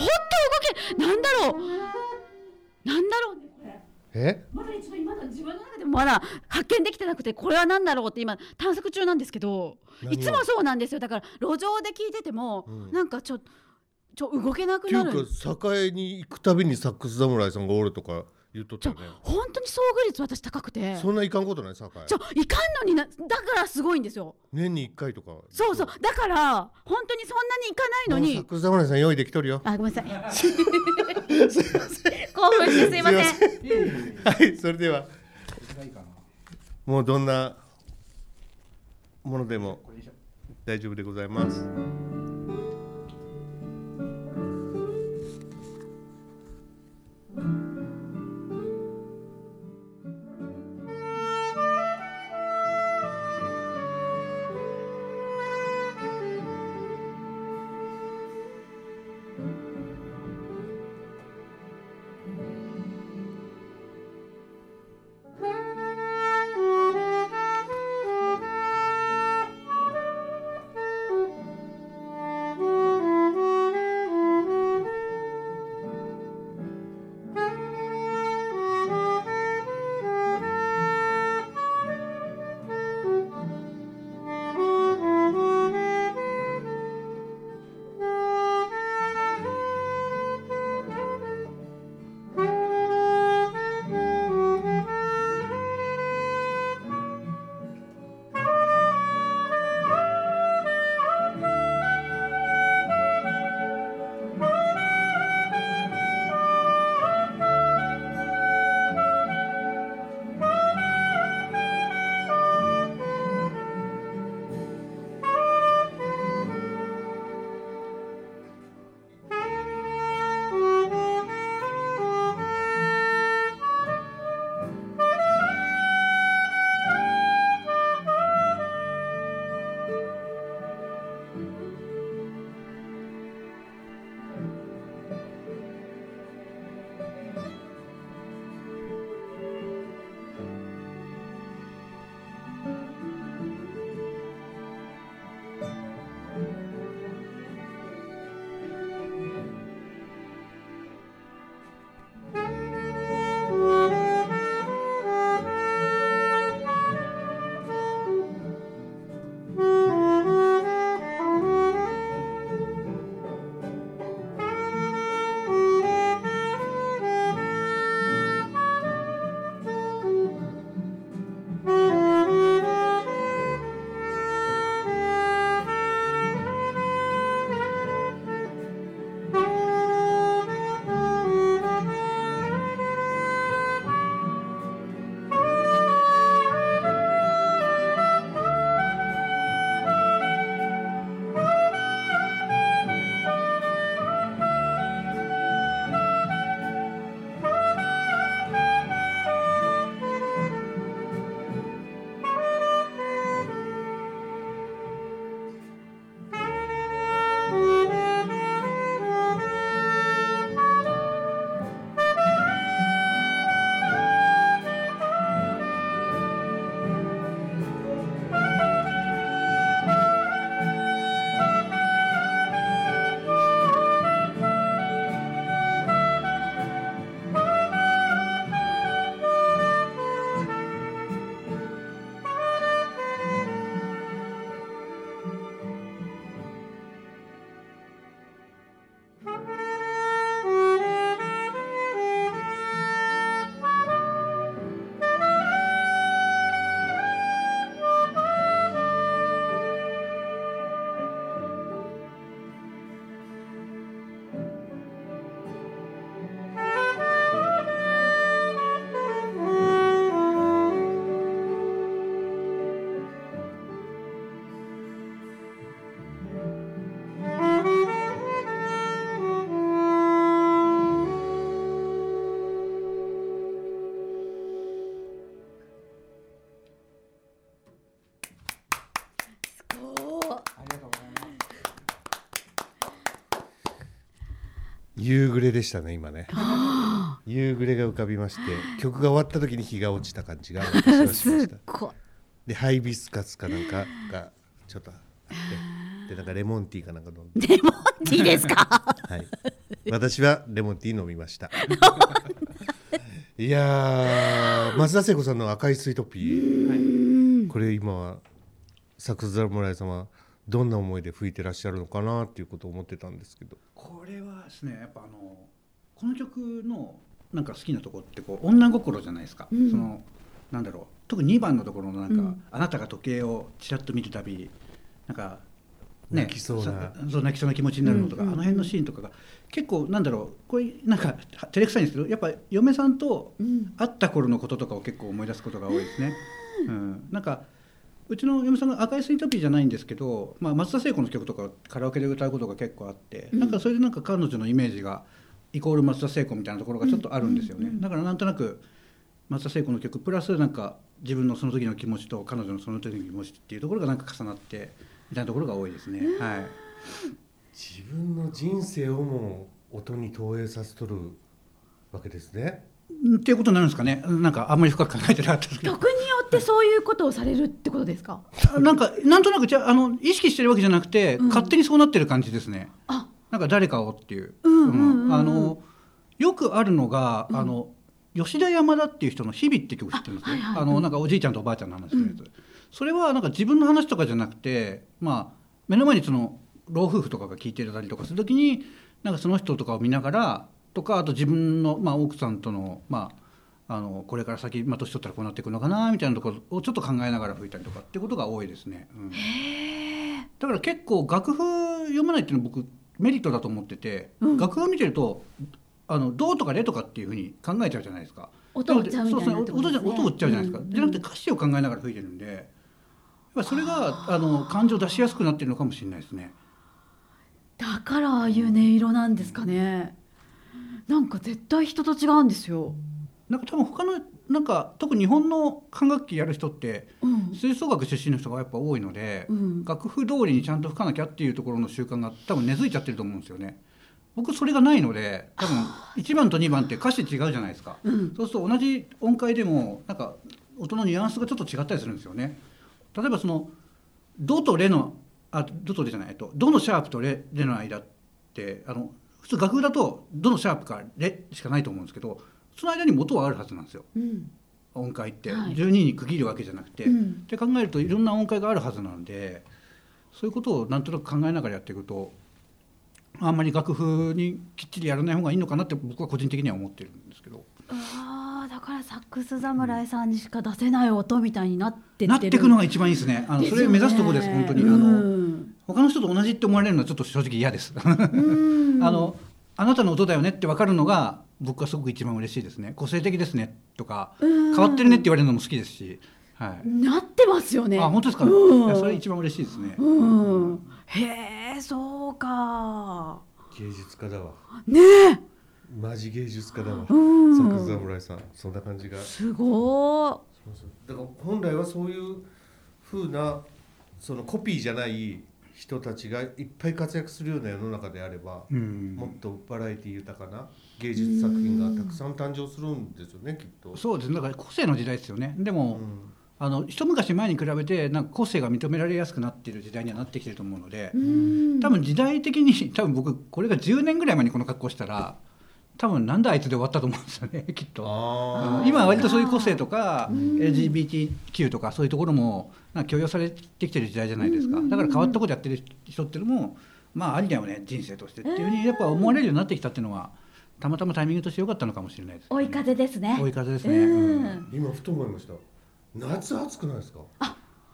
けなんだろうなんだろうねこれえ？まだ一番まだ自分の中でもまだ発見できてなくてこれは何だろうって今探索中なんですけど何をいつもそうなんですよだから路上で聞いてても、うんなんかちょちょ動けなくっていなるうか栄に行くたびにサックス侍さんがおるとか言っとったよね。本当に遭遇率私高くてそんないかんことない栄。ちょいかんのになだからすごいんですよ年に一回とか。そうそうだから本当にそんなにいかないのもうサッにクス侍さん用意できとるよ。 あごめんなさい興奮してすいませんすいませいえいえいえはい、それでは、これがいいかなもうどんなものでもこれでしょ大丈夫でございます。 「夕暮れでしたね今ね夕暮れが浮かびまして曲が終わった時に日が落ちた感じが私はしましすたっごいでハイビスカスかなんかがちょっとあってでなんかレモンティーかなんか飲ん で、レモンティーで すか はい、私はレモンティー飲みましたいやー松田聖子さんの「赤いスイートピー」これ今は作侍様どんな思いで吹いてらっしゃるのかなっていうことを思ってたんですけどこれはですねやっぱあのこの曲のなんか好きなとこってこう女心じゃないですか、うんそのなんだろう特に2番のところのなんか、うんあなたが時計をちらっと見るたびなんかね泣きそうなさそう泣きそうな気持ちになるのとか、うんうんうんあの辺のシーンとかが結構なんだろうこれなんか照れくさいんですけどやっぱ嫁さんとうん会った頃のこととかを結構思い出すことが多いですね。うん、なんかうちの嫁さんが「赤いスイートピー」じゃないんですけど、まあ、松田聖子の曲とかをカラオケで歌うことが結構あって、うんなんかそれでなんか彼女のイメージがイコール松田聖子みたいなところがちょっとあるんですようんね、うんうんだからなんとなく松田聖子の曲プラスなんか自分のその時の気持ちと彼女のその時の気持ちっていうところがなんか重なってみたいなところが多いですね。はい自分の人生をも音に投影させとるわけですね。うんっていうことになるんですかねなんかあんまり深く考えてなかったですけど曲によってそういうことをされるってことですかなんかなんとなくじゃああの意識してるわけじゃなくて、うん勝手にそうなってる感じですね。あなんか誰かをっていう。うんうんうんうんあのよくあるのが、あの吉田山田っていう人の「日々」って曲知ってるんですあはいねはいあのなんかおじいちゃんとおばあちゃんの話のやつ、それはなんか自分の話とかじゃなくて、まあ、目の前にその老夫婦とかが聞いてたりとかするときになんかその人とかを見ながらとかあと自分の、まあ、奥さんとの,、まあ、あのこれから先、まあ、年取ったらこうなっていくのかなみたいなところをちょっと考えながら吹いたりとかってことが多いですね。うんだから結構楽譜読まないっていうのは僕メリットだと思ってて、うん楽譜見てるとあの「どう」とか「れ」とかっていうふうに考えちゃうじゃないですか音を追っちゃうみたいなそうってそこうとで音じすゃね音を追っちゃうじゃないですか、うんじゃなくて歌詞を考えながら吹いてるんでやっぱそれがあの感情を出しやすくなってるのかもしれないですねだからああいう音色なんですかねなんか絶対人と違うんですよ、なんか多分他のなんか特に日本の管楽器やる人ってうん吹奏楽出身の人がやっぱ多いので、うん、楽譜通りにちゃんと吹かなきゃっていうところの習慣が多分根付いちゃってると思うんですよね僕それがないので多分1番と2番って歌詞違うじゃないですかうん、そうすると同じ音階でもなんか音のニュアンスがちょっと違ったりするんですよね例えばその「ド」と「レ」のあ「ド」と「レ」じゃないえっと「ド」のシャープとレ「レ」の間ってあの普通楽譜だと「ド」のシャープか「レ」しかないと思うんですけどその間に元はあるはずなんですようん音階って、はい12に区切るわけじゃなくて、うんって考えるといろんな音階があるはずなんでそういうことをなんとなく考えながらやっていくとあんまり楽譜にきっちりやらない方がいいのかなって僕は個人的には思ってるんですけどあーだからサックス侍さんにしか出せない音みたいになってってるなっていくのが一番いいですねあのですそよねれ目指すところです本当にあのうん他の人と同じって思われるのはちょっと正直嫌ですあうんのあなたの音だよねって分かるのが僕はすごく一番嬉しいですね個性的ですねとかうん変わってるねって言われるのも好きですし、はいなってますよねあ本当ですか、うんいやそれ一番嬉しいですね、うんへえそうか芸術家だわ。ねえマジ芸術家だわ。うんサックス侍さん、そんな感じが。すごーだから本来はそういう風なそのコピーじゃない人たちがいっぱい活躍するような世の中であれば、うんもっとバラエティ豊かな芸術作品がたくさん誕生するんですよね、きっと。そうですねだから個性の時代ですよねでうも、んあの一昔前に比べてなんか個性が認められやすくなっている時代にはなってきてると思うので、うん多分時代的に多分僕これが10年ぐらい前にこの格好したら多分なんだあいつで終わったと思うんですよねきっと。あーー今は割とそういう個性とかうん LGBTQ とかそういうところもなんか許容されてきてる時代じゃないですうんかうんうんだから変わったことやってる人っていうのもまあありだよね人生としてっていうふうにやっぱ思われるようになってきたっていうのはたまたまタイミングとして良かったのかもしれないですね、追い風ですね追い風ですねうんうん今ふと思いました。夏暑くないですか。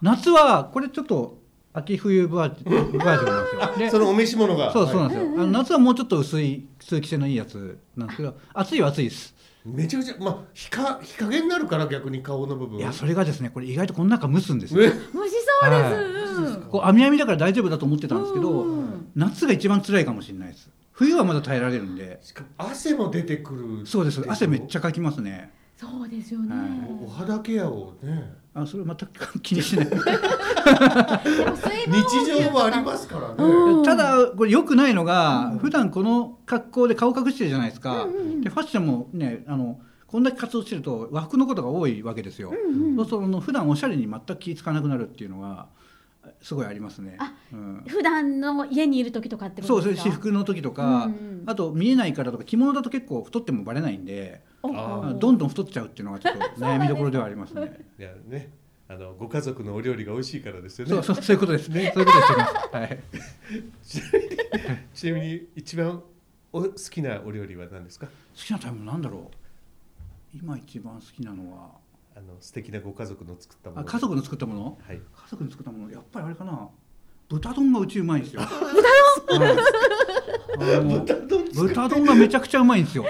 夏はこれちょっと秋冬バージョンバージョンなんですよ。 でそのお召し物が。そうそうなんはいですよ、あの夏はもうちょっと薄い通気性のいいやつなんですけど暑いは暑いです、めちゃくちゃまあ日か日陰になるから逆に顔の部分。いやそれがですねこれ意外とこの中蒸すんですよ、え虫そうです、はいうんこう網網だから大丈夫だと思ってたんですけどうん夏が一番辛いかもしれないです冬はまだ耐えられるんでしかも汗も出てくるそうです汗めっちゃゃかきますねそうですよね、はお肌ケアをねあそれ全く気にしないでも水分補日給常とはかありますからね、 うんただこれ良くないのが、普段この格好で顔隠してるじゃないですか、でファッションもねあのこんだけ活動してると和服のことが多いわけですよ、そうするとあの普段おしゃれに全く気ぃつかなくなるっていうのがすごいありますねあ、うん、普段の家にいる時とかってこそとうそうですか私服の時とか、うんうんあと見えないからとか着物だと結構太ってもバレないんで、おああーどんどん太っちゃうっていうのがちょっと 悩みどころではありますねいやねあのご家族のお料理が美味しいからですよねそうそうそういうことです ねそういうことですはいちなみに一番お好きなお料理は何ですか好きな食べ物なんだろう今一番好きなのはあの素敵なご家族の作ったものあ家族の作ったものはい家族の作ったものやっぱりあれかな豚丼がうちうまいんですよ豚丼、はい、豚丼あの豚丼がめちゃくちゃうまいんですよ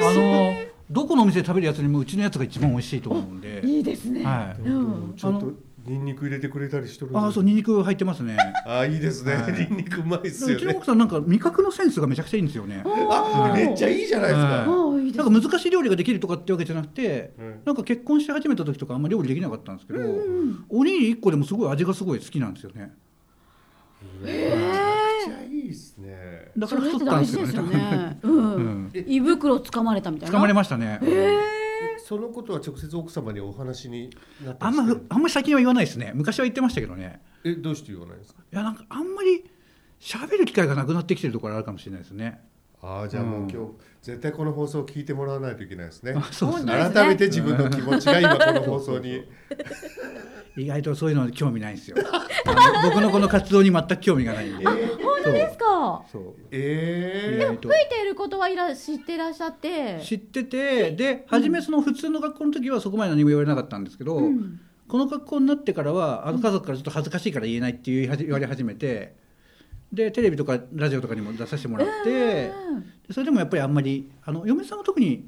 あのどこのお店で食べるやつよりもうちのやつが一番美味しいと思うんで、いいですね、はい、うんちょっとニンニク入れてくれたりしてるんですああそうニンニク入ってますねあーいいですね、はいニンニクうまいですうよちのね奥さんなんか味覚のセンスがめちゃくちゃいいんですよねあめっちゃいいいじゃないですか、はおーいいですなんか難しい料理ができるとかってわけじゃなくてうんなんか結婚し始めた時とかあんまり料理できなかったんですけど、うんおにぎり1個でもすごい味がすごい好きなんですよねめちゃくちゃいいですねだからそれっ太ってたん大です事よでねすよね、多分うんうん胃袋掴まれたみたいな捕まれましたね、えそのことは直接奥様にお話になったありんしてまるふあんまり最近は言わないですね昔は言ってましたけどねえどうして言わないんですかいやなんかあんまり喋る機会がなくなってきてるところあるかもしれないですねああじゃあもう今日、絶対この放送を聞いてもらわないといけないですねあそうですね本当ですね改めて自分の気持ちが今この放 送に意外とそういうの興味ないんですよあの僕 のこの活動に全く興味がないんで本当ですかそうそう意ええ外と吹いていることはいら知ってらっしゃって知っててで初めその普通の学校の時はそこまで何も言われなかったんですけど、うんこの学校になってからはあの家族からちょっと恥ずかしいから言えないって言いはじ言われ始めてでテレビとかラジオとかにも出させてもらって、でそれでもやっぱりあんまりあの嫁さんは特に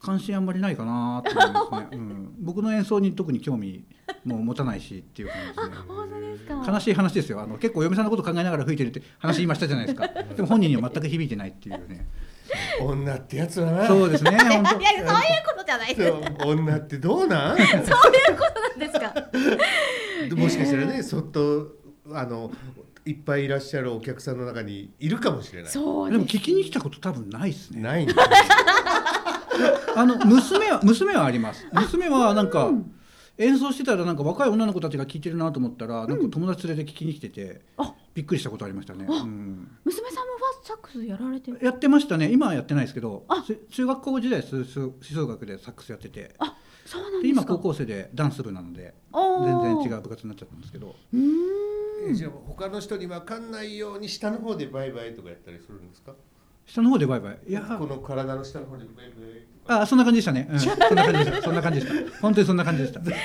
関心あんまりないかなって思いますね、うん、僕の演奏に特に興味も持たないしっていう感じですね本当ですか悲しい話ですよあの結構嫁さんのこと考えながら吹いてるって話今したじゃないですかでも本人には全く響いてないっていうね女ってやつだなそうですね本当 いやいやそういうことじゃないですそう女ってどう なんそういうことなんですかもしかしたらねそっとあのいっぱいいらっしゃるお客さんの中にいるかもしれないそうでもです聞きに来たこと多分ないですねないんだあの娘は娘はあります。娘はなんか演奏してたらなんか若い女の子たちが聞いてるなと思ったらなんか友達連れて聞きに来ててあびっくりしたことありましたね。うん娘さんもファーストサックスやられてるやってましたね。今はやってないですけど、す中学校時代吹奏吹奏楽でサックスやってて、あそうなんでです今か高校生でダンス部なのでお全ー然違う部活になっちゃったんですけど、うーんえじゃあ他の人に分かんないように下の方でバイバイとかやったりするんですか下の方でバイバイ。いやこの体の下の方でバイバイとかあそんな感じでしたね。うんそんな感じでした。そんな感じでした。本当にそんな感じでした。で、ね、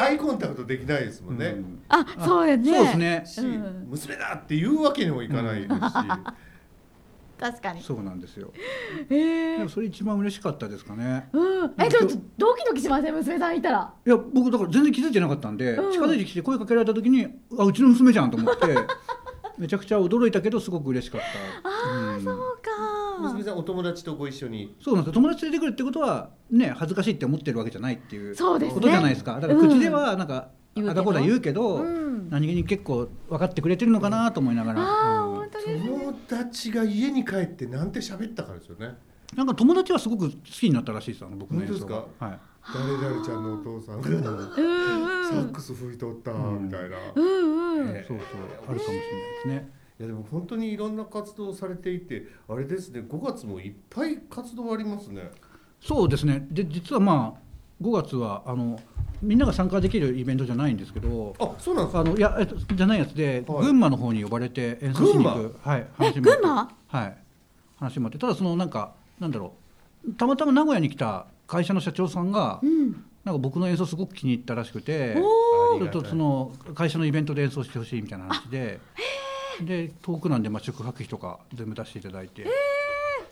アイコンタクトできないですもんね、うんあそうやねそうですね。し、うん娘だって言うわけにもいかないですし、確かにそうなんですよ。えでーもそれ一番嬉しかったですかね。うんえちょっとドキドキしません娘さんいたらいや僕だから全然気づいてなかったんで、うん近づいてきて声かけられた時にあうちの娘じゃんと思って めちゃくちゃ驚いたけどすごく嬉しかったああうんそう 娘かさんお友達とご一緒にそうなんですよ友達連れてくるってことはね恥ずかしいって思ってるわけじゃないっていうそうですねことじゃないですかだから口ではなんか、うんあだこうだ言うけど、うん何気に結構分かってくれてるのかなと思いながら、ああうん本当ですね友達が家に帰ってなんて喋ったかですよねなんか友達はすごく好きになったらしいですあの僕の本当演です奏かが、はい、誰々ちゃんのお父さんがうんサうッんクス吹いとったうんみたいな、ういんうんえそうそうあるかもしれないですねやでも本当にいろんな活動をされていてあれですね5月もいっぱい活動ありますねそうですねで実はまあ5月はあのみんなが参加できるイベントじゃないんですけどあそうなんですかあのいやえっとじゃないやつで、はい群馬の方に呼ばれて演奏しに行く、はい、話もあって群馬はい話もあってただそのなんかなんだろうたまたま名古屋に来た会社の社長さんが、うんなんか僕の演奏すごく気に入ったらしくておーちょっとその会社のイベントで演奏してほしいみたいな話でで遠くなんで、まあ、宿泊費とか全部出していただいて、っ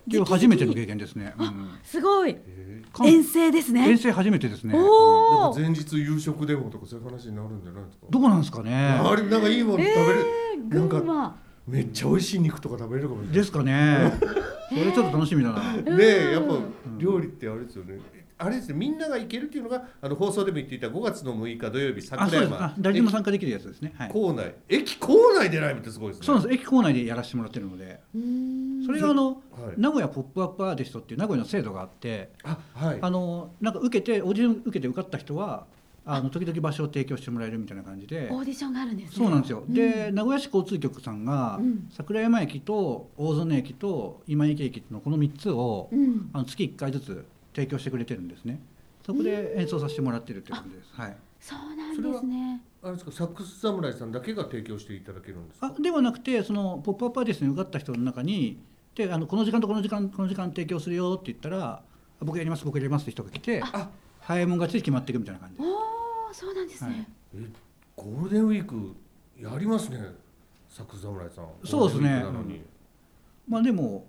ていう初めての経験ですね、うんすごいえかん遠征ですね遠征初めてですねおーー、なんか前日夕食でもとかそういう話になるんじゃないですかどこなんですかねあれなんかいいもの食べれる、えーな群んか馬めっちゃ美味しい肉とか食べれるかもしれないですかねそれちょっと楽しみだなねえやっぱ料理ってあれですよねあれですねみんなが行けるっていうのがあの放送でも言っていた5月の6日土曜日あそう桜ですあ山誰でも参加できるやつですね、は駅い、構内駅構内でライブってすごいですねそうなんです駅構内でやらせてもらってるのでそれがあの、はい名古屋ポップアップアーティストっていう名古屋の制度があってあはいあのなんか受けてオーディション受けて受かった人はあの時々場所を提供してもらえるみたいな感じでオーディションがあるんですねそうなんですよ、でうん名古屋市交通局さんが、うん桜山駅と大園駅と今池駅のこの3つを、うんあの月1回ずつ提供してくれてるんですねそこで演奏させてもらってるって感じです、はい、そうなんですねあれですかサックス侍さんだけが提供していただけるんですかあではなくてその「ポップアップアーティストに受かった人の中にであのこの時間とこの時間この時間提供するよって言ったら「僕やります僕やります」って人が来てあ早いもん勝ちで決まっていくみたいな感じおでおーそうなんですね、はいえゴールデンウィークやりますねサックス侍さんそうですねゴールデンウィークなのにまあでも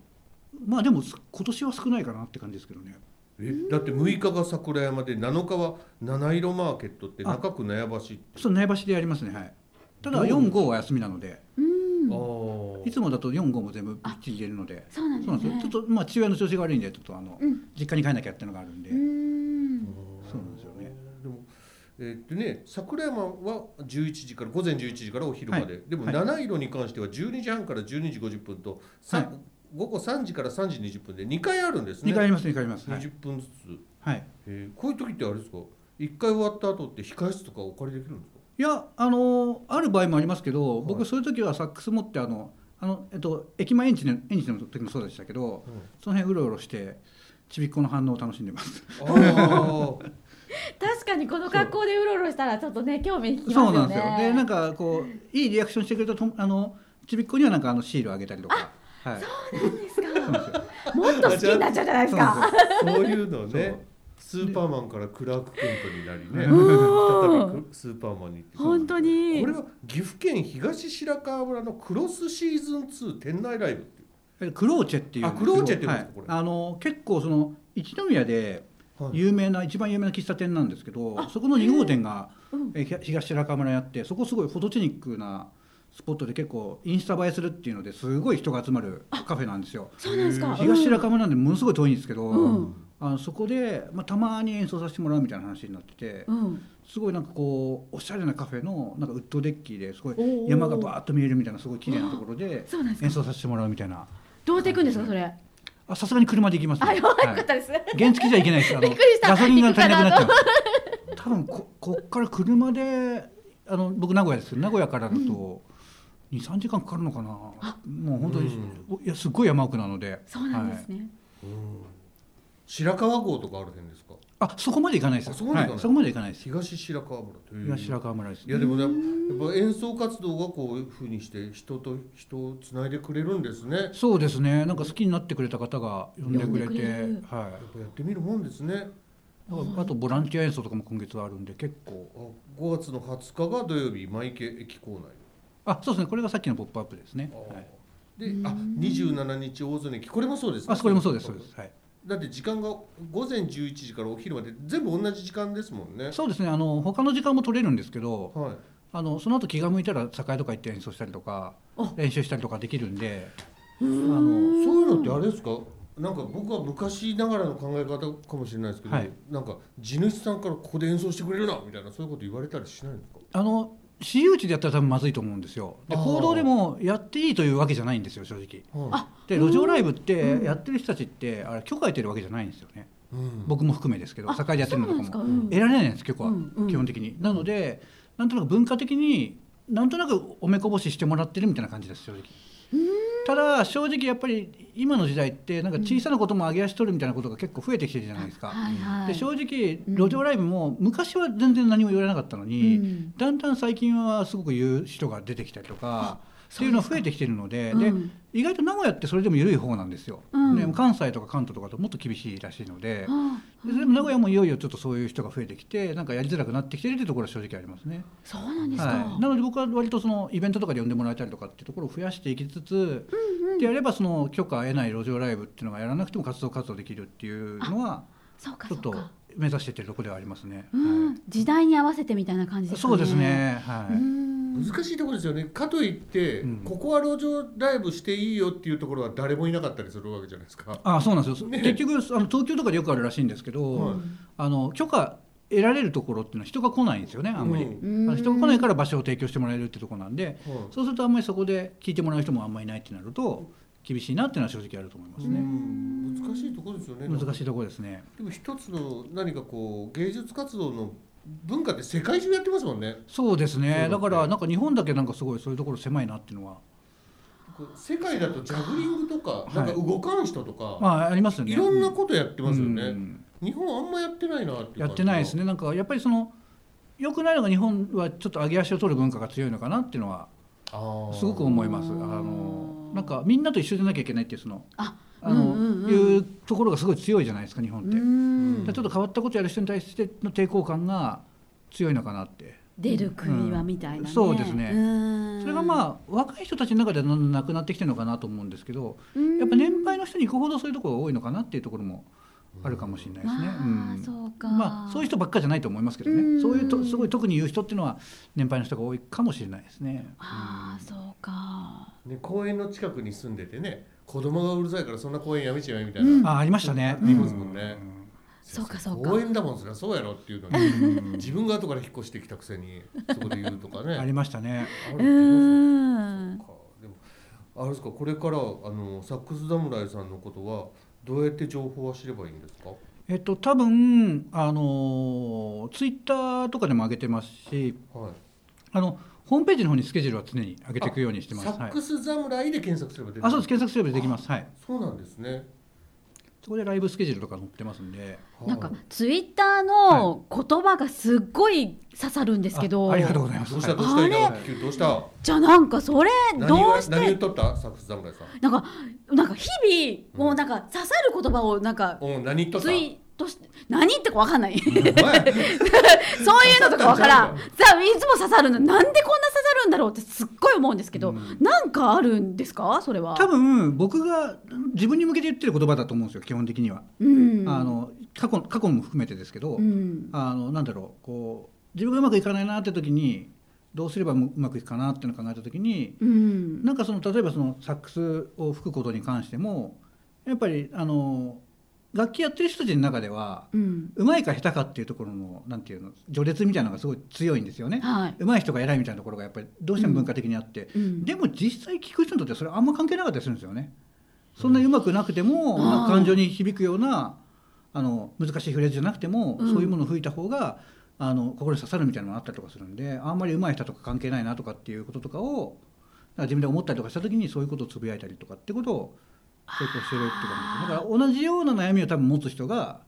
まあでもす今年は少ないかなって感じですけどねえだって6日が桜山で7日は七色マーケットって中区悩ましいそう苗場市でやりますねはいただどう45は休みなのでうんあいーつもだと45も全部びっちり入れるのでそうなんそうなんですですよねちょっとまあ父親の調子が悪いんでちょっとあの、うん実家に帰んなきゃってのがあるんで、うーんそうなんですよねでもえーっとね桜山は11時から午前11時からお昼まで、はいでもはい七色に関しては12時半から12時50分と、さはい午後3時から3時20分で2回あるんですね2回あります2回ありますはい、 20分ずつ、はいえーこういう時ってあれですか1回終わった後って控室とかお借りできるんですかいやあのある場合もありますけど、はい僕そういう時はサックス持ってあのあの、えっと、駅前園地の園地の時もそうでしたけど、うんその辺うろうろしてちびっ子の反応を楽しんでますあ あ確かにこの格好でうろうろしたらちょっとね興味引きそまうすなよんでねすよでなんかこういいリアクションしてくれたとあのちびっ子にはなんかあのシールあげたりとかはいそうなんですかもっと好きになっちゃうじゃないですそうなんかですよそういうのをそうね、スーパーマンからクラーク・ケントになりね、うん再びクスーパーマンにって本当にこれは岐阜県東白川村のクロスシーズン2店内ライブっていう。えクローチェっていうんですけどあクローチェっていうんですかはいこれあの結構その一宮ではい有名な、一番有名な喫茶店なんですけどそこの2号店が、えひ東白川村にあってそこすごいフォトジェニックなスポットで結構インスタ映えするっていうのですごい人が集まるカフェなんですよそうなんですか東白川村なんでものすごい遠いんですけど、うんあのそこで、まあ、たまに演奏させてもらうみたいな話になってて、うんうんすごいなんかこうおしゃれなカフェのなんかウッドデッキですごいおー山がバーッと見えるみたいなすごい綺麗なところでそうなんですか演奏させてもらうみたいなどうやっていくんですかそれあさすがに車で行きます、あよかったはいですね原付じゃいけないですあのびっくりしたガソリンが足りなくなっちゃう多分ここっから車であの僕名古屋ですけど名古屋からだと23時間かかるのかなもう本当に、いやすっごい山奥なのでそうなんですはいね、白川郷とかある辺ですか。あそこまで行かないですあそこまで行かないはい、そこまで行かないです東白川村という。東白川村ですいやでもね、やっぱ演奏活動がこういう風にして人と人をつないでくれるんですね。やっそうですねなんか好きになってくれた方が呼んでくれ呼んでてくれるはいぱやってみるもんですね。だからあとボランティア演奏とかも今月はあるんで結構あ5月の20日が土曜日今池駅構内。あそうですねこれがさっきの「ポップアップですね、はい、で、あ、二十七日大曽根駅、これもそうです、あそこれもそうですそうです、はい、だって時間が午前十一時からお昼まで全部同じ時間ですもんね。そうですねあの他の時間も取れるんですけどはい。あのその後気が向いたら酒屋とか行って演奏したりとかあ練習したりとかできるんであそうのいうのってあれですか。なんか僕は昔ながらの考え方かもしれないですけど、はいなんか地主さんからここで演奏してくれるなみたいなそういうこと言われたりしないんですか。あの私有地でやったら多分まずいと思うんですよであー行動でもやっていいというわけじゃないんですよ正直あ、で路上ライブってやってる人たちってあれ許可得てるわけじゃないんですよねうん。僕も含めですけどあ酒屋でやってるのとかもそうなんですかうん得られないんです許可は、うんうん基本的になのでなんとなく文化的になんとなくおめこぼししてもらってるみたいな感じです正直ただ正直やっぱり今の時代ってなんか小さなことも上げ足取るみたいなことが結構増えてきてるじゃないですか、はいはいで正直うん路上ライブも昔は全然何も言われなかったのに、うんだんだん最近はすごく言う人が出てきたりとかっていうのは増えてきてるのでで、うん意外と名古屋ってそれでも緩い方なんですよ、うんで関西とか関東とかともっと厳しいらしいので,、あでそれも名古屋もいよいよちょっとそういう人が増えてきてなんかやりづらくなってきてるっていうところは正直ありますね。そうなんですか、はい、なので僕は割とそのイベントとかで呼んでもらえたりとかっていうところを増やしていきつつ、でやればその許可得ない路上ライブっていうのがやらなくても活動活動できるっていうのはそうかちそょっうとか目指してってるところではありますね。うん、時代に合わせてみたいな感じはいですかねそうですね。はうい。ん難しいところですよねかといって、うんここは路上ライブしていいよっていうところは誰もいなかったりするわけじゃないですか。あそうなんですよ、ね結局あの東京とかでよくあるらしいんですけど、はいあの許可得られるところっていうのは人が来ないんですよねあんまり、うんあの人が来ないから場所を提供してもらえるってところなんで、はいそうするとあんまりそこで聞いてもらう人もあんまりいないってなると厳しいなっていうのは正直あると思いますうね、ん難しいところですよね。難しいところですねでも一つの何かこう芸術活動の文化って世界中やってますもんね。そうですそねだうだねからなんか日本だけなんかすごいそういうところ狭いなっていうのはこう世界だとジャグリングとかいなんか動かん人とか、まあありますよねいろんなことやってますようね。ん日本あんまやってないなっていう感じがやってないです。ねなんかやっぱりその良くないのが日本はちょっと上げ足を取る文化が強いのかなっていうのはあーすごく思いますあのなんかみんなと一緒じゃなきゃいけないっていうそのああうんの、うんうんいうところがすごい強いじゃないですか日本って、うんだからちょっと変わったことやる人に対しての抵抗感が強いのかなって、出る国はみたいな、ねうんそうですねうんそれがまあ若い人たちの中ではだんだんなくなってきてるのかなと思うんですけど、うんやっぱ年配の人に行くほどそういうところが多いのかなっていうところもあるかもしれないですね。まあうんそうかまあ、そういう人ばっかじゃないと思いますけどうねんそういうとすごい特に言う人っていうのは年配の人が多いかもしれないですね。ああそうかね公園の近くに住んでてね子供がうるさいからそんな公園やめちゃえみたいな。うんあありましたね。ありますもんねそうかそうか公園だもんそりゃそうやろっていうのに自分が後から引っ越してきたくせにそこで言うとかうねん ありましたね。あるう気がするんかでもあれですかこれからあのサックス侍さんのことはどうやって情報は知ればいいんですかえっと多分あのツイッターとかでも上げてますしはいあのホームページの方にスケジュールは常に上げていくようにしてます。サはッいクス侍で検索すれば出てくるあそうです検索すればできます。はい。そうなんですねそこでライブスケジュールとか載ってますんで。なんかはいツイッターの言葉がすっごい刺さるんですけどあありがとうございます。どうしたはどいうしたあれ稲垣急どうしたじゃあなんかそれ何どうしが何言てっとったサックス侍さんなんかなんか日々もうなんか刺さる言葉をなんかおう何言っとったツイートして何言ってかわかんないそういお前うのとかわからん刺さあいつも刺さるのなんでこんな刺さるんだろうってすっごい思うんですけど、うんなんかあるんですかそれは多分僕が自分に向けて言ってる言葉だと思うんですよ基本的には、うんあの過去過去も含めてですけど、うんあのなんだろうこう自分がうまくいかないなって時にどうすればうまくいくかなっていうのを考えた時にうんなんかその例えばそのサックスを吹くことに関してもやっぱりあの楽器やってる人たちの中ではうんうまいか下手かっていうところのなんていうの序列みたいなのがすごい強いんですよね。はい、上手い人が偉いみたいなところがやっぱりどうしても文化的にあって、うんでも実際聞く人にとってはそれあんま関係なかったりするんですよね。そんなにうまくなくても、うんまあ感情に響くようなあの難しいフレーズじゃなくても、うんそういうものを吹いた方があの心に刺さるみたいなのがあったりとかするんであんまり上手い人とか関係ないなとかっていうこととかをなんか自分で思ったりとかした時にそういうことをつぶやいたりとかってことを成功してるって感じだから同じような悩みを多分持つ人が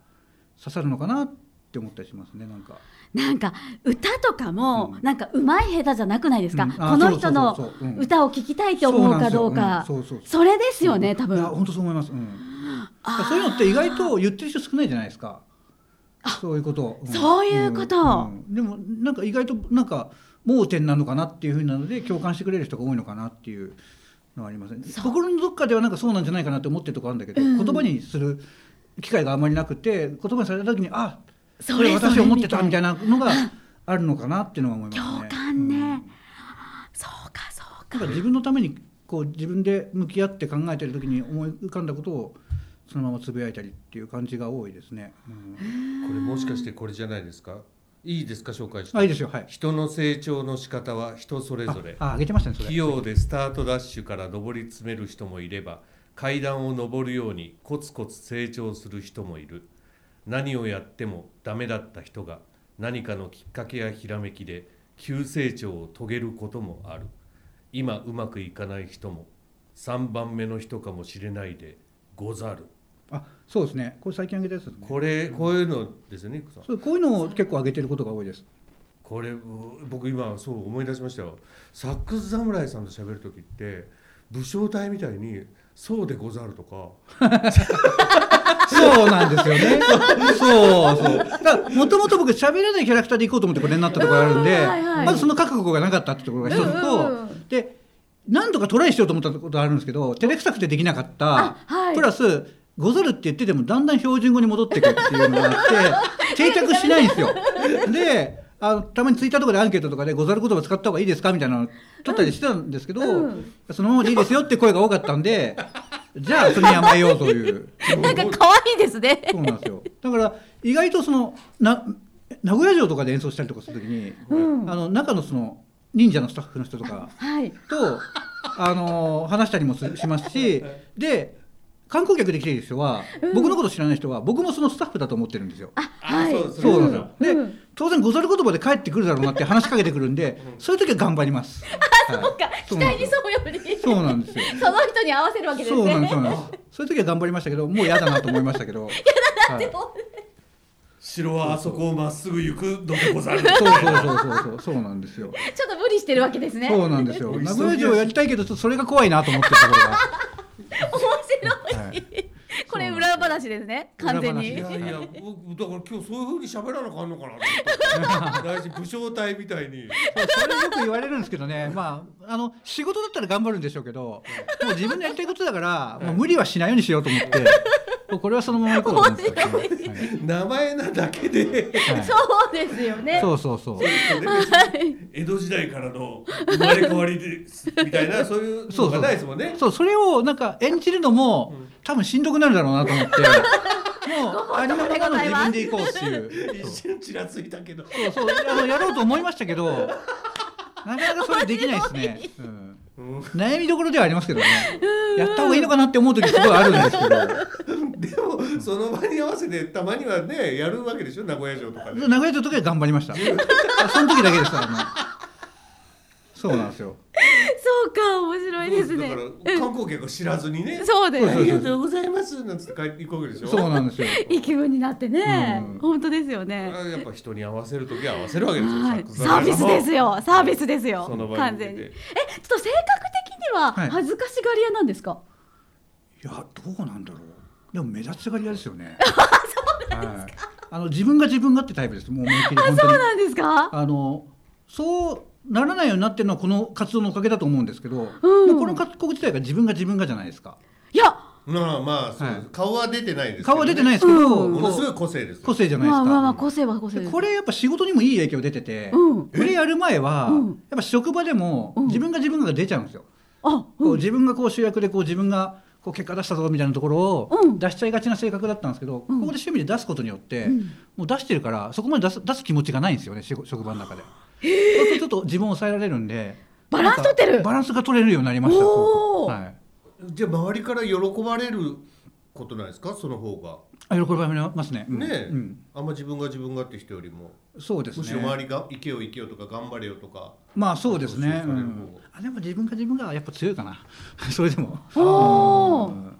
刺さるのかなって思ったりしますねなんか。なんか歌とかも、うんなんかうまい下手じゃなくないですか、うんあこの人そうのそうそうそううん歌を聴きたいと思うかどうかそうなんですようんそうそうそうそれですよね多い分や本当そう思います、うん、だからそういうのって意外と言ってる人少ないじゃないですかそういうこと、んそういうことんでもなんか意外となんか盲点なのかなっていうふうなので共感してくれる人が多いのかなっていうのはありません、ね、そう心のどっかではなんかそうなんじゃないかなって思ってるとこあるんだけど、うん言葉にする機会があまりなくて言葉にされた時にあそれこれ私それ思ってたみみたたいいなのがあるのかなっていうのは思います共ね感ねうんそうかそうなかんか自分のためにこう自分で向き合って考えてる時に思い浮かんだことをそのままつぶやいたりっていう感じが多いですね。うんこれもしかしてこれじゃないですかいいですか紹介してあいいですよはい。人の成長の仕方は人それぞれああげてましたねそ器れ。用でスタートダッシュから上り詰める人もいれば階段を上るようにコツコツ成長する人もいる何をやってもダメだった人が何かのきっかけやひらめきで急成長を遂げることもある今うまくいかない人も3番目の人かもしれないでござるあそうですねこれ最近あげたやつですね。これこういうのですよねいくさんそうこういうのを結構あげてることが多いです。これう僕今そう思い出しましたよサックス侍さんと喋る時って武将隊みたいに「そうでござる」とかそうなんですよね。そうそう。だからもともと僕喋れないキャラクターでいこうと思ってこれになったところがあるんで、うんはいはいまずその覚悟がなかったってところが一つと、うんうんうんで何とかトライしようと思ったことがあるんですけど照れくさくてできなかったあ、はいプラス「ござる」って言っ ててもだんだん標準語に戻っていくっていうのがあって定着しないんですよ。であのたまにツイッターとかでアンケートとかでござる言葉使った方がいいですかみたいなの取ったりしてたんですけど、うんそのままでいいですよって声が多かったんでじゃあそれに甘えようというなんか可愛いですね。そうなんですよだから意外とそのな名古屋城とかで演奏したりとかするときに、うんあの中のその忍者のスタッフの人とかはい。と、あのー話したりもすしますしで観光客で来ている人は、うん僕のこと知らない人は僕もそのスタッフだと思ってるんですよ。あ、あはい。そうですそうなんですよ。で、うん当然ござる言葉で帰ってくるだろうなって話しかけてくるんで、そういう時は頑張り ます。あ、そうか、期待に沿うように。そうなんですよ。その人に合わせるわけですそね。うなんです。そうなんです。そういう時は頑張りましたけど、もう嫌だなと思いましたけ ど。嫌だなって思城はあそこをまっすぐ行くのでござる。そうそうそうそうそう、そうなんですよ。ちょっと無理してるわけですね。そう面なんですよ。急ぎ名足古屋城やりたいけど、ちょっとそれが怖いなと思ってるとこ 白い。ろが。はい。これ裏話ですね。完全いに。やいや、僕だから今日そういう風に喋らなあかんのかなと思って。大事武将隊みたいに。それよく言われるんですけどね、まあ、あの仕事だったら頑張るんでしょうけど、もう自分のやりたいことだから、もう無理はしないようにしようと思って、もうこれはそのまま行こうと思ってたんですよ、はい名前なだけで。はいそうですよね。そうそうそう。江戸時代からの生まれ変わりですみたいなそういうそのうそがうないですもんね。そうそれをなんか演じるのも、多分しんどくなるだろうなと 思ってもうありのままの自分で行こうってい一う瞬ちらついたけど。そうそうあのやろうと思いましたけどなかなかそれできないですね、うんうん悩みどころではありますけどねやった方がいいのかなって思う時すごいあるんですけどでもその場に合わせてたまにはねやるわけでしょ名古屋城とかで。名古屋城とかで頑張りましたあその時だけですからねそうなんですよそうか、面白いですねだ。から観光客を知らずにね。そうであす。りがとうございますなんつって帰っていくわけでしょ。そうなんですよいい気分になってねうん。本当ですよね。あやっぱ人に合わせるときは合わせるわけですよ。はい、作サ家さんービスですも。よ。サービスですよその。場に完出て全に。え、ちょっと性格的にははい恥ずかしがり屋なんですか。いやどうなんだろうでも目立ちがり屋ですよ ねはいあの自分が自分がってタイプですもう思いっきり本当そうになんですか。あのそうならないようになってるのはこの活動のおかげだと思うんですけど、うんもうこの活動自体が自分が自分がじゃないですかいや、まあまあそうはい顔は出てないですけどね。顔は出てないですけど、うんものすごいこう個性ですよ。個性じゃないですまか、あまあまあ個性は個性でです。これやっぱ仕事にもいい影響出てて、うんこれやる前は、うんやっぱ職場でもうん自分が自分が出ちゃうんですよ、あ、こううん、自分がこう主役でこう自分がこう結果出したぞみたいなところうをん出しちゃいがちな性格だったんですけど、ここで趣味で出すことによって、んもう出してるからそこまで出す出す気持ちがないんですよね仕事職場の中で。そうするとちょっと自分を抑えられるんでバランス取ってるなんかバランスが取れるようになりましたおーはいじゃあ周りから喜ばれることないですかその方が。あ喜ばれますね。うんねえ、うんあんま自分が自分がって人よりも、そうですむね。しろ周りが生きよう生きようとか頑張れよとかまあそうですね。、そううそうそうんあでも自分が自分がやっぱ強いかな。 それでも。おーうん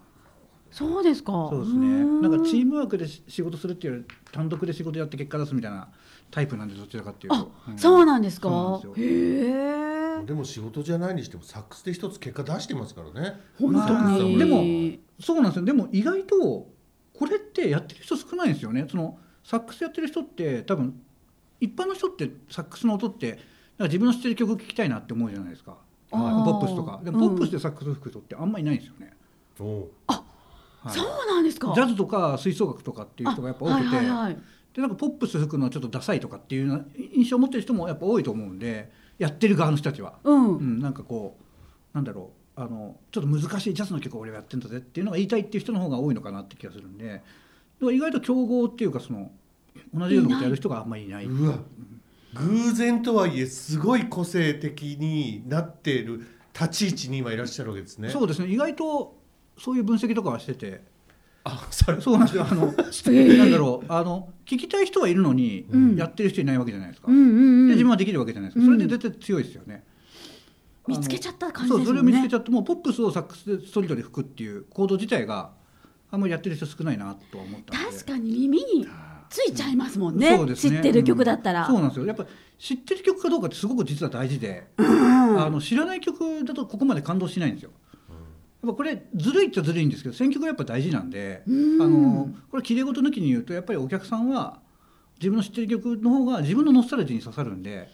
そうですか。そうですね。なんかチームワークでし仕事するっていうより単独で仕事やって結果出すみたいなタイプなんでどちらかっていうあと。、んそうなんですか。そうなんですよへえ。でも仕事じゃないにしてもサックスで一つ結果出してますからね本まあ当に。でもそうなんですよ。でも意外とこれってやってる人少ないんですよね。そのサックスやってる人って多分一般の人ってサックスの音ってなんか自分の知ってる曲聴きたいなって思うじゃないですか。ポあーップスとか。でもポップスでサックス吹く人ってあんまいないんですよね。おはいそうなんですか。ジャズズとか吹奏楽とかっていう人がやっぱ多くて、はいはいはい。でなんかポップス吹くのはちょっとダサいとかっていうような印象を持ってる人もやっぱ多いと思うんでやってる側の人たちは、う。うんん、なんかこうなんだろうあのちょっと難しいジャズの曲を俺はやってんだぜっていうのが言いたいっていう人の方が多いのかなって気がするんでだから意外と競合っていうかその同じようなことやる人があんまりいない。うわ偶然とはいえすごい個性的になっている立ち位置に今いらっしゃるわけですねそうですね意外とそういう分析とかはしててあそれそうなんですよあの なんだろうあの聞きたい人はいるのに、うんやってる人いないわけじゃないですか、うんうんでう自分ん。はできるわけじゃないですか、それで絶対強いですよね。見つけちゃった感じそですようね。それを見つけちゃってもうポップスをサックスでストリートで吹くっていう行動自体があんまりやってる人少ないなとは思ったんで確かに耳についちゃいますもんね。そうです知ってる曲だったら。うんそうなんですよやっぱ知ってる曲かどうかってすごく実は大事で、あの知らない曲だとここまで感動しないんですよ。やっぱこれずるいっちゃずるいんですけど選曲がやっぱ大事なんで、うんあのこれきれい事抜きに言うとやっぱりお客さんは自分の知ってる曲の方が自分のノスタルジーに刺さるんで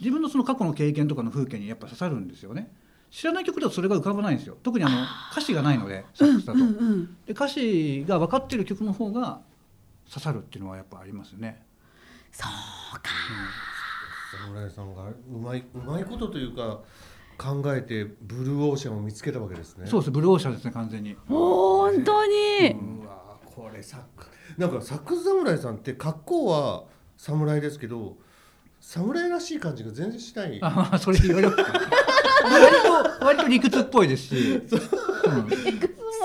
自分のその過去の経験とかの風景にやっぱ刺さるんですよね知らない曲だとそれが浮かばないんですよ特にあの歌詞がないのでサックスだと、うんうん。で歌詞が分かってる曲の方が刺さるっていうのはやっぱありますよねそうか。桜井さんがうまいうまいことというか考えてブルーオーシャンを見つけたわけですねそうですブルーオーシャンですね完全に本当に、うわーこれサックなんかサックス侍さんって格好は侍ですけど侍らしい感じが全然しないあまあそれ言われ る割と割と理屈っぽいですし、うん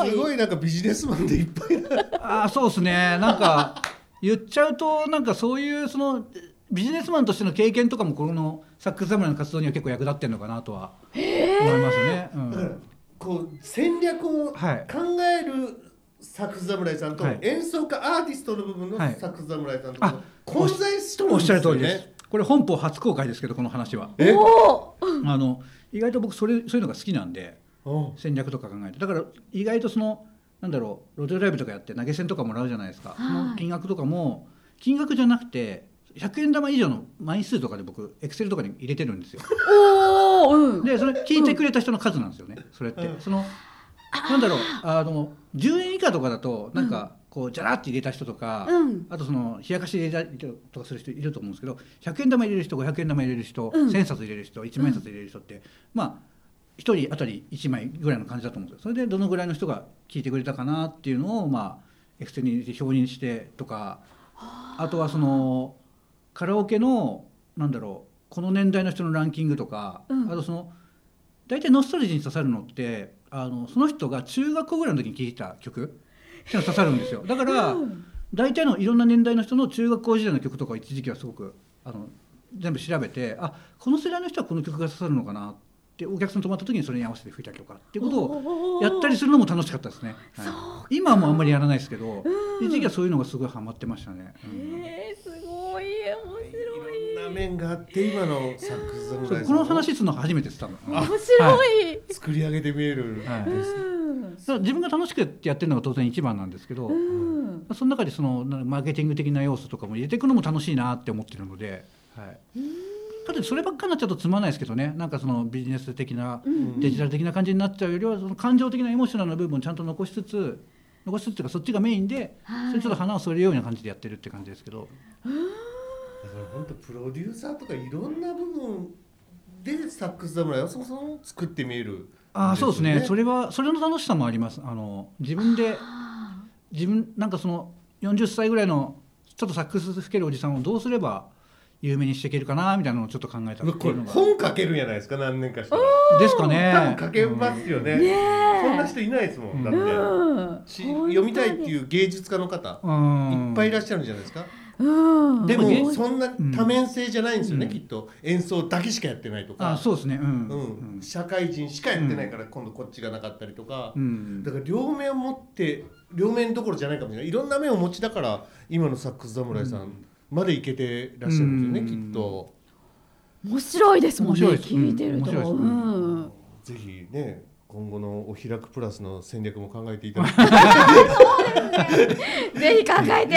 すごいなんかビジネスマンでいっぱいなあーそうですねなんか言っちゃうとなんかそういうそのビジネスマンとしての経験とかもこのサックス侍の活動には結構役立ってるのかなとは思いますね、うん、こう戦略を考はいえるサックス侍さんとはい演奏家アーティストの部分のサはいックス侍さんとあ混在してるんおっでしすゃるよ通りですね。これ本邦初公開ですけどこの話はえおーあの意外と僕それそういうのが好きなんでうん戦略とか考えてだから意外とそのなんだろうロデオライブとかやって投げ銭とかもらうじゃないですか、いその金額とかも金額じゃなくて100円玉以上の枚数とかで僕エクセルとかに入れてるんですよおーうんでそれ聞いてくれた人の数なんですよね、それって、うんそのなんだろうあの10円以下とかだとなんかこうじゃらって入れた人とか、うんあとその冷やかし入れたりとかする人いると思うんですけど100円玉入れる人500円玉入れる人、うん1000冊入れる人1万円札入れる人って、まあ1人当たり1枚ぐらいの感じだと思うんですよそれでどのぐらいの人が聞いてくれたかなっていうのをまあエクセルに入れて表にしてとかあとはそのカラオケのなんだろうこの年代の人のランキングとか、うんあとその大体ノスタルジーに刺さるのってあのその人が中学校ぐらいの時に聴いた曲っていうのが刺さるんですよだから、大体のいろんな年代の人の中学校時代の曲とかを一時期はすごくあの全部調べてあこの世代の人はこの曲が刺さるのかなってお客さんと泊まった時にそれに合わせて吹いたりとかっていうことををやったりするのも楽しかったですね、はい今はもうあんまりやらないですけど、一時期はそういうのがすごいハマってましたね、うんえー、すごい面白いいろんな面があって今のサックス侍そさうんをこの話するの初めてです多分、はい面白い、作り上げて見える、はいうんだから自分が楽しくやってるのが当然一番なんですけど、うんその中でそのなんかマーケティング的な要素とかも入れていくのも楽しいなって思ってるので、はい、かといってそればっかになっちゃうとつまんないですけどねなんかそのビジネス的なうんデジタル的な感じになっちゃうよりはその感情的なエモーショナルな部分をちゃんと残しつつ残しつつっていうかそっちがメインではいそれちょっと花を添えるような感じでやってるって感じですけど、だから本当プロデューサーとかいろんな部分でサックス侍をそもそも作って見える、ああそうですねそれれはそれの楽しさもありますあの自分で自分なんかその40歳ぐらいのちょっとサックス吹けるおじさんをどうすれば有名にしていけるかなみたいなのをちょっと考えたってこいれうのが本書けるんじゃないですか何年かしたらですか多ね分書けますよね、そんな人いないですもんだって、うんし読みたいっていう芸術家の方うんいっぱいいらっしゃるんじゃないですか、うんでうもんそんな多面性じゃないんですよね、うんきっと演奏だけしかやってないとかあそうですねうんうん、社会人しかやってないから今度こっちがなかったりとか、うんだから両面を持って両面どころじゃないかもしれないいろんな面を持ちだから今のサックス侍さんまでいけてらっしゃるんですよね、うきんっと。面白いですもんね面白いです聞いてると、うん面白いですうんぜひね今後のお開くプラスの戦略も考えていただきぜひ考え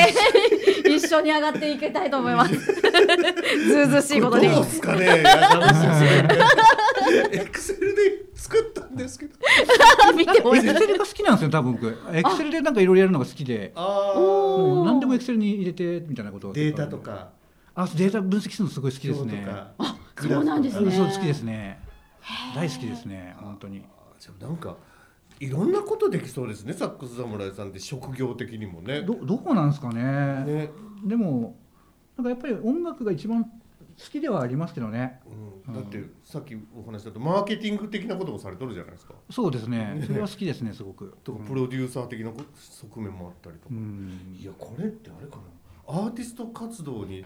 て一緒に上がっていきたいと思いますずうずうしいことにどうですかねいや楽しいですねエクセルで作ったんですけど見なんてかほしエいクセルが好きなんですよ多分僕エクセルでなんかいろいろやるのが好きであおーもう何でもエクセルに入れてみたいなことをデータとかあデータ分析するのすごい好きです表とねかそうなんですあねのそう好きですね大好きですね本当にじゃあなんかいろんなことできそうですねサックス侍さんって職業的にもね。どどこなんですかねねでもなんかやっぱり音楽が一番好きではありますけどねうん、だってさっきお話ししたとマーケティング的なこともされとるじゃないですか。そうですねそれは好きですねすごくとかプロデューサー的なこ側面もあったりとうか。んいやこれってあれかなアーティスト活動に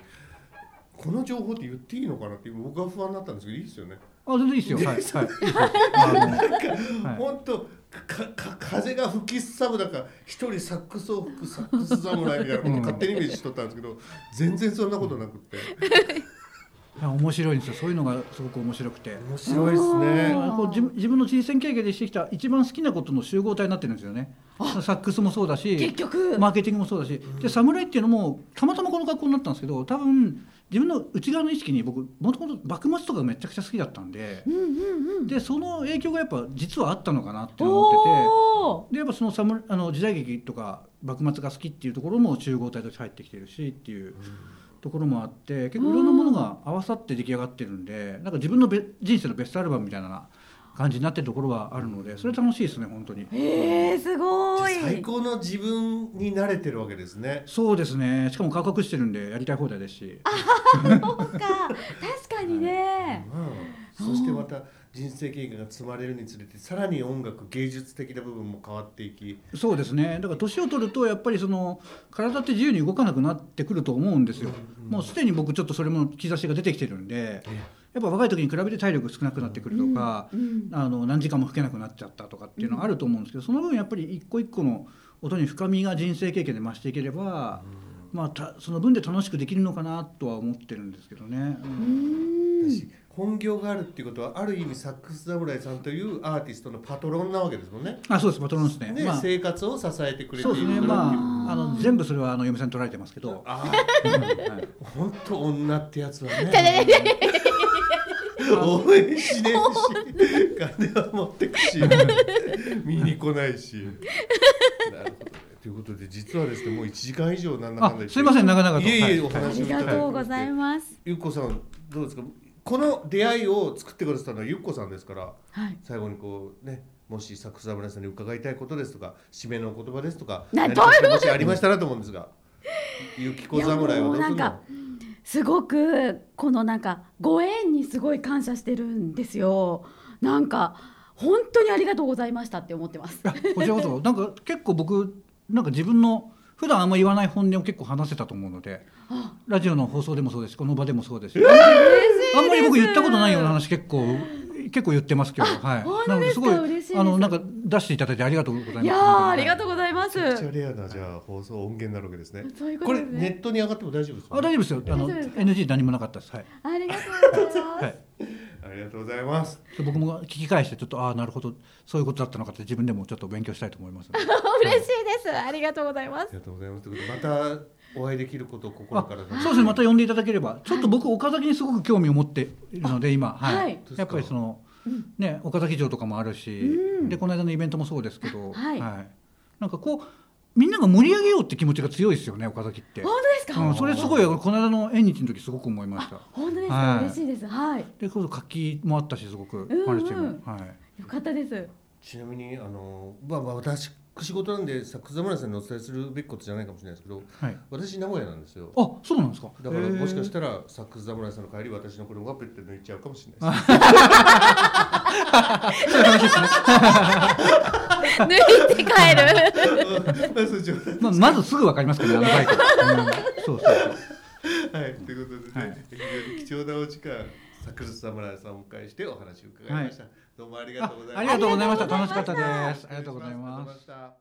この情報って言っていいのかなって僕は不安だったんですけどいいですよね。あ全然いいですよはいはいはい本当かか風が吹きすさぶだから一人サックスを吹くサックス侍みたいなこと勝手にイメージしとったんですけど全然そんなことなくっていや面白いんですよそういうのがすごく面白くて面白いですね。こう自分自分の人生経験でしてきた一番好きなことの集合体になってるんですよねサックスもそうだ結し局マーケティングもそうだし、で侍っていうのもたまたまこの格好になったんですけど多分自分の内側の意識に僕もともと幕末とかめちゃくちゃ好きだったんで、でその影響がやっぱ実はあったのかなって思ってて。おでやっぱその侍あの時代劇とか幕末が好きっていうところも集合体として入ってきてるしっていう、ところもあって結構いろんなものが合わさって出来上がってるんでなんか自分のべ人生のベストアルバムみたいな感じになってるところはあるのでそれ楽しいですね本当に。えー、すごい。最高の自分に慣れてるわけですねそうですねしかも価格してるんでやりたい放題ですしそうか、確かにね。うん、そしてまた人生経験が積まれるにつれてさらに音楽芸術的な部分も変わっていきそうですねだから年を取るとやっぱりその体って自由に動かなくなってくると思うんですよ、もうすでに僕ちょっとそれも兆しが出てきてるんで、やっぱ若い時に比べて体力少なくなってくるとか、うんあの何時間も吹けなくなっちゃったとかっていうのはあると思うんですけど、その分やっぱり一個一個の音に深みが人生経験で増していければ、まあ、たその分で楽しくできるのかなとは思ってるんですけどね。うん私本業があるっていうことはある意味サックス侍さんというアーティストのパトロンなわけですもんね。あそうですパトロンですねね、まあ、生活を支えてくれてそういでするね、からっまていうあ、あの全部それはあの嫁さんに取られてますけど。あはいあ本当女ってやつはてれれね 応援しねえし金は持ってくし見に来ないし。なるほどねということで実はですねもう1時間以上なんだかんだ言っあてすいません長々といえいえはおあ話をりいただがいてとうございます。ゆっこさんどうですかこの出会いを作ってくださったのはゆっこさんですからはい。最後にこうねもしサックス侍さんに伺いたいことですとか締めのお言葉ですとかな何どういうかもしありましたらと思うんですがゆきこ侍はどうすいやもうなんるかのすごくこのなんかご縁にすごい感謝してるんですよ。なんか本当にありがとうございましたって思って ます。いやこちらこそなんか結構僕なんか自分の普段あんま言わない本音を結構話せたと思うのでラジオの放送でもそうですしこの場でもそう ですし、あんまり僕言ったことないような話結構結構言ってますけど、はい本、な当のですすかご嬉しいですあのなんか出していただいてありがとうございます。いやーありがとうう。ございます。めちゃくちゃレアなじゃあ放送音源になるわけですねそういうこことでれすネね。ットに上がっても大丈夫ですかあ大丈夫ですよ。あの大丈夫ですか NG 何もなかったです。はい。ありがとうございます。はい。ありがとうございますで僕も聞き返してちょっとああなるほどそういうことだったのかって自分でもちょっと勉強したいと思います ので。嬉しいです。ありがとうございますあ。りがとうございますということでまたお会いできることを心あからそうですねまた呼んでいただければちょっと僕岡崎にすごく興味を持っているので今はい、はいやっぱりその、ね岡崎城とかもあるし、でこの間のイベントもそうですけど、はいなんかこうみんなが盛り上げようって気持ちが強いですよね岡崎って、本当ですか。うん、それすごいこの間の縁日の時すごく思いました本当ですか、はい嬉しいです。はい。でこそ活気もあったしすごくんうんマルチも、はいよかったです。ちなみにあのまあまあ私仕事なんでサックス侍さんにお伝えするべきことじゃないかもしれないですけどはい、私名古屋なんですよあそうなんですかだからもしかしたたらサックス侍さんの帰り私の車がペッて抜いちゃうかもしれないです 抜いて帰る。まあ そう冗談まあ、まずすぐわかりますけどねあのバイク、うんそうそうそうはい、ということで、ねはい非常に貴重なお時間サックス侍さんをお迎えしてお話を伺いました、どうもありがとうございましたありがとうございました楽しかったあですありがとうございますした